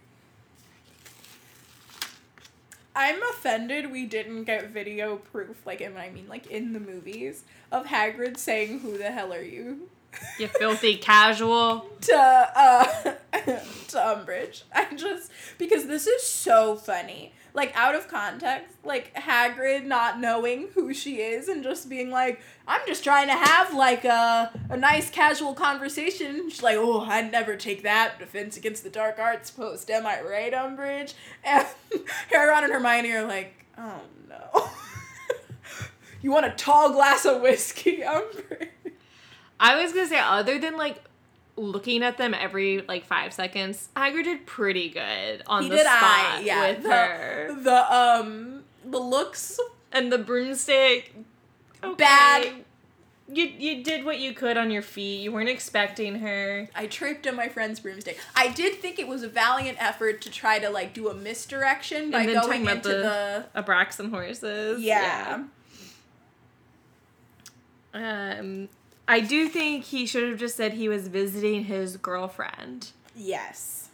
[SPEAKER 2] I'm offended we didn't get video proof, like, and I mean, like, in the movies, of Hagrid saying, Who the hell are you?
[SPEAKER 4] You filthy casual.
[SPEAKER 2] to uh to Umbridge. I just because this is so funny. like out of context, like Hagrid not knowing who she is and just being like, "I'm just trying to have like a a nice casual conversation." She's like, "Oh, I'd never take that Defense Against the Dark Arts post, am I right, Umbridge?" And Harry, Ron, and Hermione are like, "Oh no." You want a tall glass of whiskey, Umbridge?
[SPEAKER 4] I was gonna say, other than like looking at them every like five seconds, Hagrid did pretty good on the spot with
[SPEAKER 2] the,
[SPEAKER 4] her.
[SPEAKER 2] The um the looks
[SPEAKER 4] And the broomstick, okay.
[SPEAKER 2] bad.
[SPEAKER 4] You you did what you could on your feet. You weren't expecting her.
[SPEAKER 2] I tripped on my friend's broomstick. I did think it was a valiant effort to try to like do a misdirection by
[SPEAKER 4] and then
[SPEAKER 2] going
[SPEAKER 4] talking about
[SPEAKER 2] into the,
[SPEAKER 4] the, Abraxan horses.
[SPEAKER 2] yeah.
[SPEAKER 4] Yeah. Um, I do think he should have just said he was visiting his girlfriend.
[SPEAKER 2] Yes.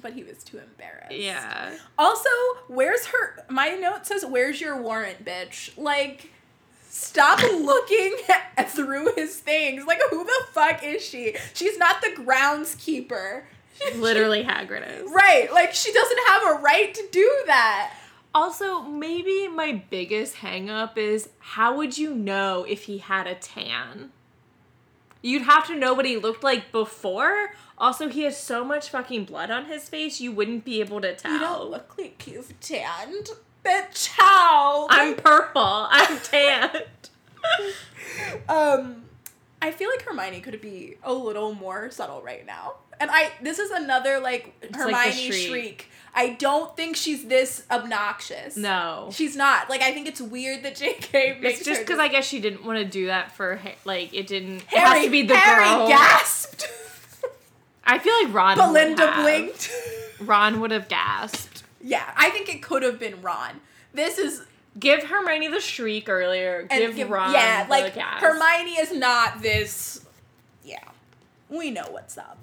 [SPEAKER 2] But he was too embarrassed.
[SPEAKER 4] Yeah.
[SPEAKER 2] Also, where's her my note says where's your warrant, bitch? Like Stop looking at- through his things. Like, who the fuck is she? She's not the groundskeeper.
[SPEAKER 4] Literally Hagrid is.
[SPEAKER 2] Right. Like, she doesn't have a right to do that.
[SPEAKER 4] Also, maybe my biggest hang up is how would you know if he had a tan? You'd have to know what he looked like before. Also, he has so much fucking blood on his face, you wouldn't be able to tell.
[SPEAKER 2] You don't look like you've tanned. Bitch, how?
[SPEAKER 4] I'm purple. I'm tanned.
[SPEAKER 2] um I feel like Hermione could be a little more subtle right now. And I this is another like
[SPEAKER 4] like
[SPEAKER 2] Hermione
[SPEAKER 4] the
[SPEAKER 2] shriek.
[SPEAKER 4] shriek.
[SPEAKER 2] I don't think she's this obnoxious.
[SPEAKER 4] no.
[SPEAKER 2] She's not. Like I think it's weird that JK makes
[SPEAKER 4] It's just
[SPEAKER 2] her
[SPEAKER 4] because I guess she didn't want to do that for Ha- like it didn't. it
[SPEAKER 2] Harry,
[SPEAKER 4] has to be the
[SPEAKER 2] Harry
[SPEAKER 4] girl.
[SPEAKER 2] gasped.
[SPEAKER 4] I feel like Ron. would
[SPEAKER 2] Belinda
[SPEAKER 4] have.
[SPEAKER 2] blinked.
[SPEAKER 4] Ron would have gasped.
[SPEAKER 2] yeah, I think it could have been Ron. This is
[SPEAKER 4] Give Hermione the shriek earlier.
[SPEAKER 2] and
[SPEAKER 4] give, Ron.
[SPEAKER 2] yeah,
[SPEAKER 4] the
[SPEAKER 2] like
[SPEAKER 4] gasp.
[SPEAKER 2] Hermione is not this. Yeah, we know what's up.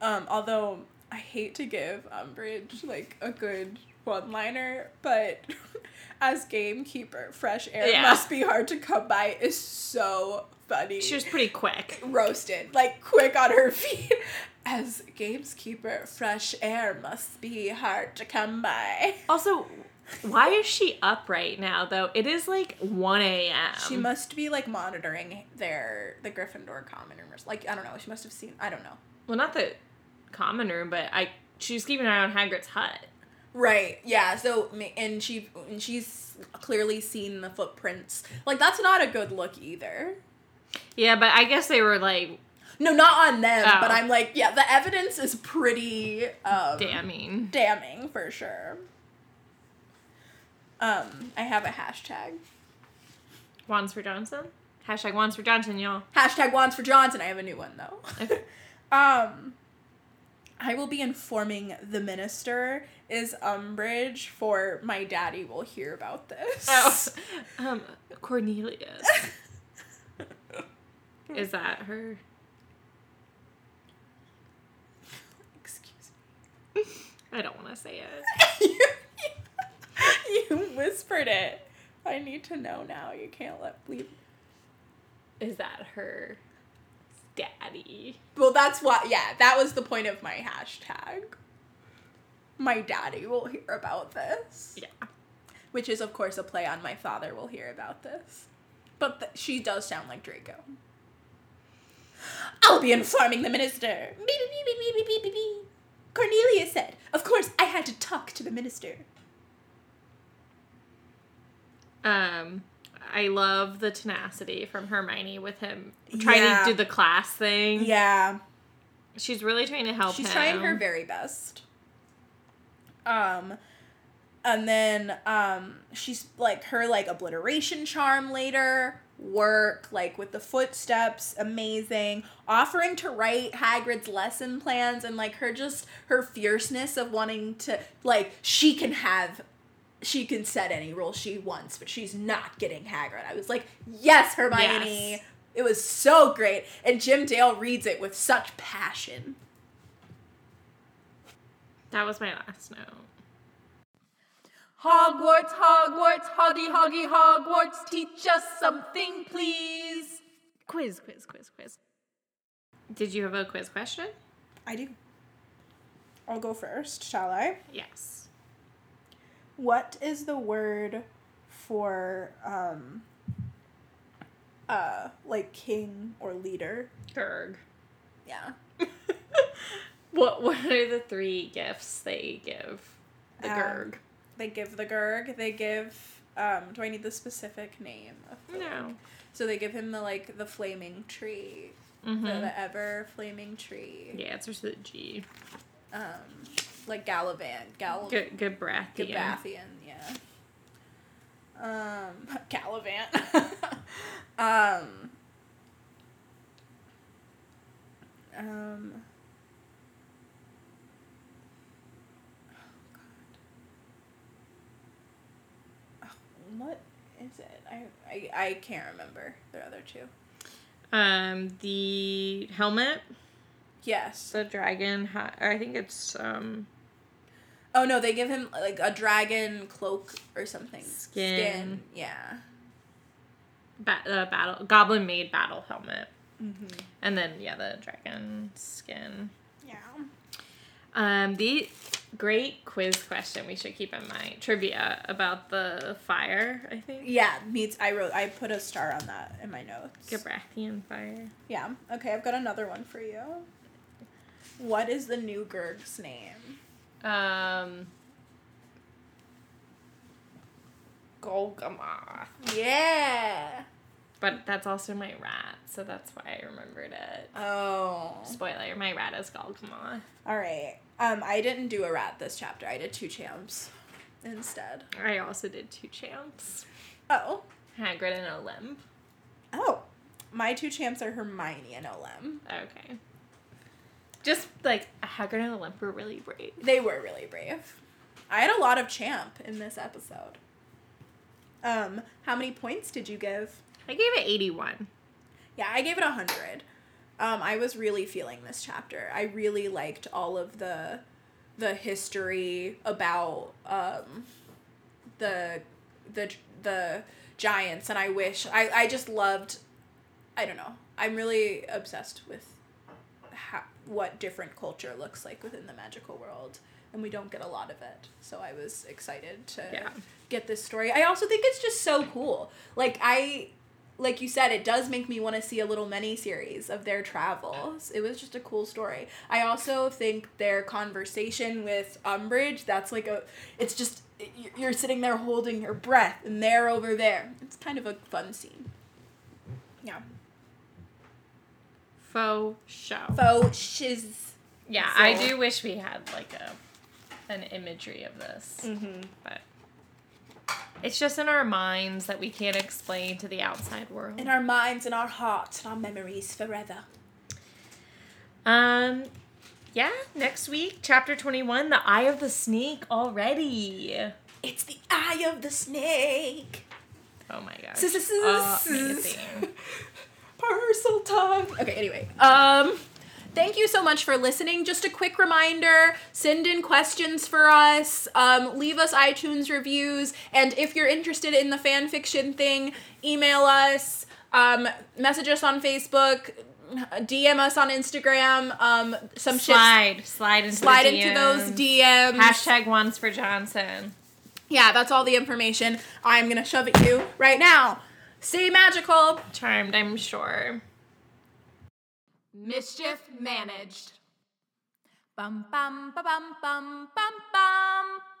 [SPEAKER 2] Um, although I hate to give Umbridge like a good one-liner, but as gamekeeper, fresh air
[SPEAKER 4] Yeah.
[SPEAKER 2] must be hard to come by is so funny
[SPEAKER 4] She was pretty quick.
[SPEAKER 2] roasted, like quick on her feet. As gameskeeper, fresh air must be hard to come by.
[SPEAKER 4] Also, why is she up right now though? It is like one a.m.
[SPEAKER 2] She must be like monitoring their the Gryffindor common rumors. Like I don't know. She must have seen. I don't know.
[SPEAKER 4] well, not the common room, but I. She was keeping an eye on Hagrid's hut.
[SPEAKER 2] Right. Yeah. So ma- and she and she's clearly seen the footprints. Like that's not a good look either.
[SPEAKER 4] Yeah, but I guess they were like
[SPEAKER 2] No, not on them.
[SPEAKER 4] Oh.
[SPEAKER 2] But I'm like, yeah, the evidence is pretty um,
[SPEAKER 4] damning.
[SPEAKER 2] damning for sure. Um, I have a hashtag.
[SPEAKER 4] Wands for Johnson. Hashtag Wands for Johnson, y'all.
[SPEAKER 2] Hashtag Wands for Johnson. I have a new one though.
[SPEAKER 4] Okay.
[SPEAKER 2] Um, I will be informing the minister is umbrage for my daddy will hear about this.
[SPEAKER 4] Oh, um, Cornelius. Is that her?
[SPEAKER 2] Excuse
[SPEAKER 4] I don't want to say it.
[SPEAKER 2] me. you whispered it. I need to know now. You can't let leave.
[SPEAKER 4] Is that her daddy?
[SPEAKER 2] Well, that's why. Yeah, that was the point of my hashtag. My daddy will hear about this.
[SPEAKER 4] Yeah.
[SPEAKER 2] Which is, of course, a play on my father will hear about this. But th- she does sound like Draco. I'll be informing the minister. Beep, beep, beep, beep, beep, beep, beep, beep. Cornelia said, Of course, I had to talk to the minister.
[SPEAKER 4] Um, I love the tenacity from Hermione with him trying
[SPEAKER 2] Yeah.
[SPEAKER 4] to do the class thing.
[SPEAKER 2] Yeah.
[SPEAKER 4] She's really trying to help
[SPEAKER 2] She's
[SPEAKER 4] him.
[SPEAKER 2] trying her very best. Um, and then um, she's like her like obliteration charm later work like with the footsteps amazing offering to write hagrid's lesson plans and like her just her fierceness of wanting to like she can have she can set any rule she wants but she's not getting hagrid i was like yes hermione
[SPEAKER 4] Yes.
[SPEAKER 2] it was so great and jim dale reads it with such passion
[SPEAKER 4] That was my last note.
[SPEAKER 1] Hogwarts, Hogwarts, hoggy, hoggy, Hogwarts, teach us something, please.
[SPEAKER 4] Quiz, quiz, quiz, quiz. Did you have a quiz question?
[SPEAKER 2] I do. I'll go first, shall I?
[SPEAKER 4] Yes.
[SPEAKER 2] What is the word for um uh like king or leader?
[SPEAKER 4] Gerg.
[SPEAKER 2] Yeah.
[SPEAKER 4] What What are the three gifts they give the
[SPEAKER 2] Um,
[SPEAKER 4] Gerg?
[SPEAKER 2] They give the Gurg, they give um do I need the specific name of the
[SPEAKER 4] No.
[SPEAKER 2] like- So they give him the like the flaming tree.
[SPEAKER 4] Mm-hmm.
[SPEAKER 2] The, the ever flaming tree.
[SPEAKER 4] yeah, it's just the G.
[SPEAKER 2] Um like Gallivant, Gal
[SPEAKER 4] Good, good breath. yeah.
[SPEAKER 2] Gabathian, yeah. Um, Gallivant. um, um, oh, God. Oh, what is it? I, I, I can't remember the other two.
[SPEAKER 4] Um, the helmet,
[SPEAKER 2] Yes.
[SPEAKER 4] the dragon. ha- I think it's um
[SPEAKER 2] Oh no, they give him like a dragon cloak or something.
[SPEAKER 4] Skin.
[SPEAKER 2] Yeah.
[SPEAKER 4] ba- the battle goblin made battle helmet,
[SPEAKER 2] Mm-hmm.
[SPEAKER 4] and then yeah, the dragon skin.
[SPEAKER 2] Yeah.
[SPEAKER 4] Um, the great quiz question we should keep in mind trivia about the fire. I think
[SPEAKER 2] Yeah, meets. I wrote. I put a star on that in my notes.
[SPEAKER 4] Gabrathian fire.
[SPEAKER 2] Yeah. Okay, I've got another one for you. What is the new Gurg's name?
[SPEAKER 4] Um, Golgamoth.
[SPEAKER 2] Yeah.
[SPEAKER 4] But that's also my rat, so that's why I remembered it.
[SPEAKER 2] Oh.
[SPEAKER 4] Spoiler, my rat is Golgamoth.
[SPEAKER 2] All right. Um, I didn't do a rat this chapter. I did two champs instead.
[SPEAKER 4] I also did two champs.
[SPEAKER 2] Oh.
[SPEAKER 4] Hagrid and Olymp.
[SPEAKER 2] Oh. My two champs are Hermione and Olem.
[SPEAKER 4] Okay. Just like Hagrid and Olymp were really brave.
[SPEAKER 2] They were really brave. I had a lot of champ in this episode. Um, how many points did you give?
[SPEAKER 4] I gave it 81.
[SPEAKER 2] Yeah, I gave it a hundred. Um, I was really feeling this chapter. I really liked all of the the history about um, the the the giants, and I wish I I just loved. I don't know. I'm really obsessed with how, what different culture looks like within the magical world, and we don't get a lot of it. So I was excited to
[SPEAKER 4] Yeah.
[SPEAKER 2] get this story. I also think it's just so cool. Like I like you said, it does make me want to see a little mini series of their travels. It was just a cool story. I also think their conversation with Umbridge, that's like a, it's just, y- you're sitting there holding your breath and they're over there. It's kind of a fun scene. Yeah.
[SPEAKER 4] Faux show.
[SPEAKER 2] Faux shiz.
[SPEAKER 4] yeah,
[SPEAKER 2] so-
[SPEAKER 4] I do wish we had like a an imagery of this,
[SPEAKER 2] Mm-hmm.
[SPEAKER 4] but it's just in our minds that we can't explain to the outside world.
[SPEAKER 2] In our minds and our hearts and our memories forever.
[SPEAKER 4] Um, yeah, next week, chapter 21, The Eye of the Snake already.
[SPEAKER 2] It's the eye of the snake.
[SPEAKER 4] Oh my gosh.
[SPEAKER 2] Sis- sis- sis-
[SPEAKER 4] Amazing.
[SPEAKER 2] parcel tongue. Okay, anyway. Um thank you so much for listening. Just a quick reminder, send in questions for us, um, leave us iTunes reviews, and if you're interested in the fan fiction thing, email us, um, message us on Facebook, DM us on Instagram, um, some shit
[SPEAKER 4] Slide, slide into
[SPEAKER 2] slide
[SPEAKER 4] the
[SPEAKER 2] into
[SPEAKER 4] DMs.
[SPEAKER 2] those DMs.
[SPEAKER 4] Hashtag ones for Johnson.
[SPEAKER 2] Yeah, that's all the information I'm gonna shove at you right now. Stay magical.
[SPEAKER 4] Charmed, I'm sure.
[SPEAKER 1] Mischief managed. Bum bum ba bum bum bum bum.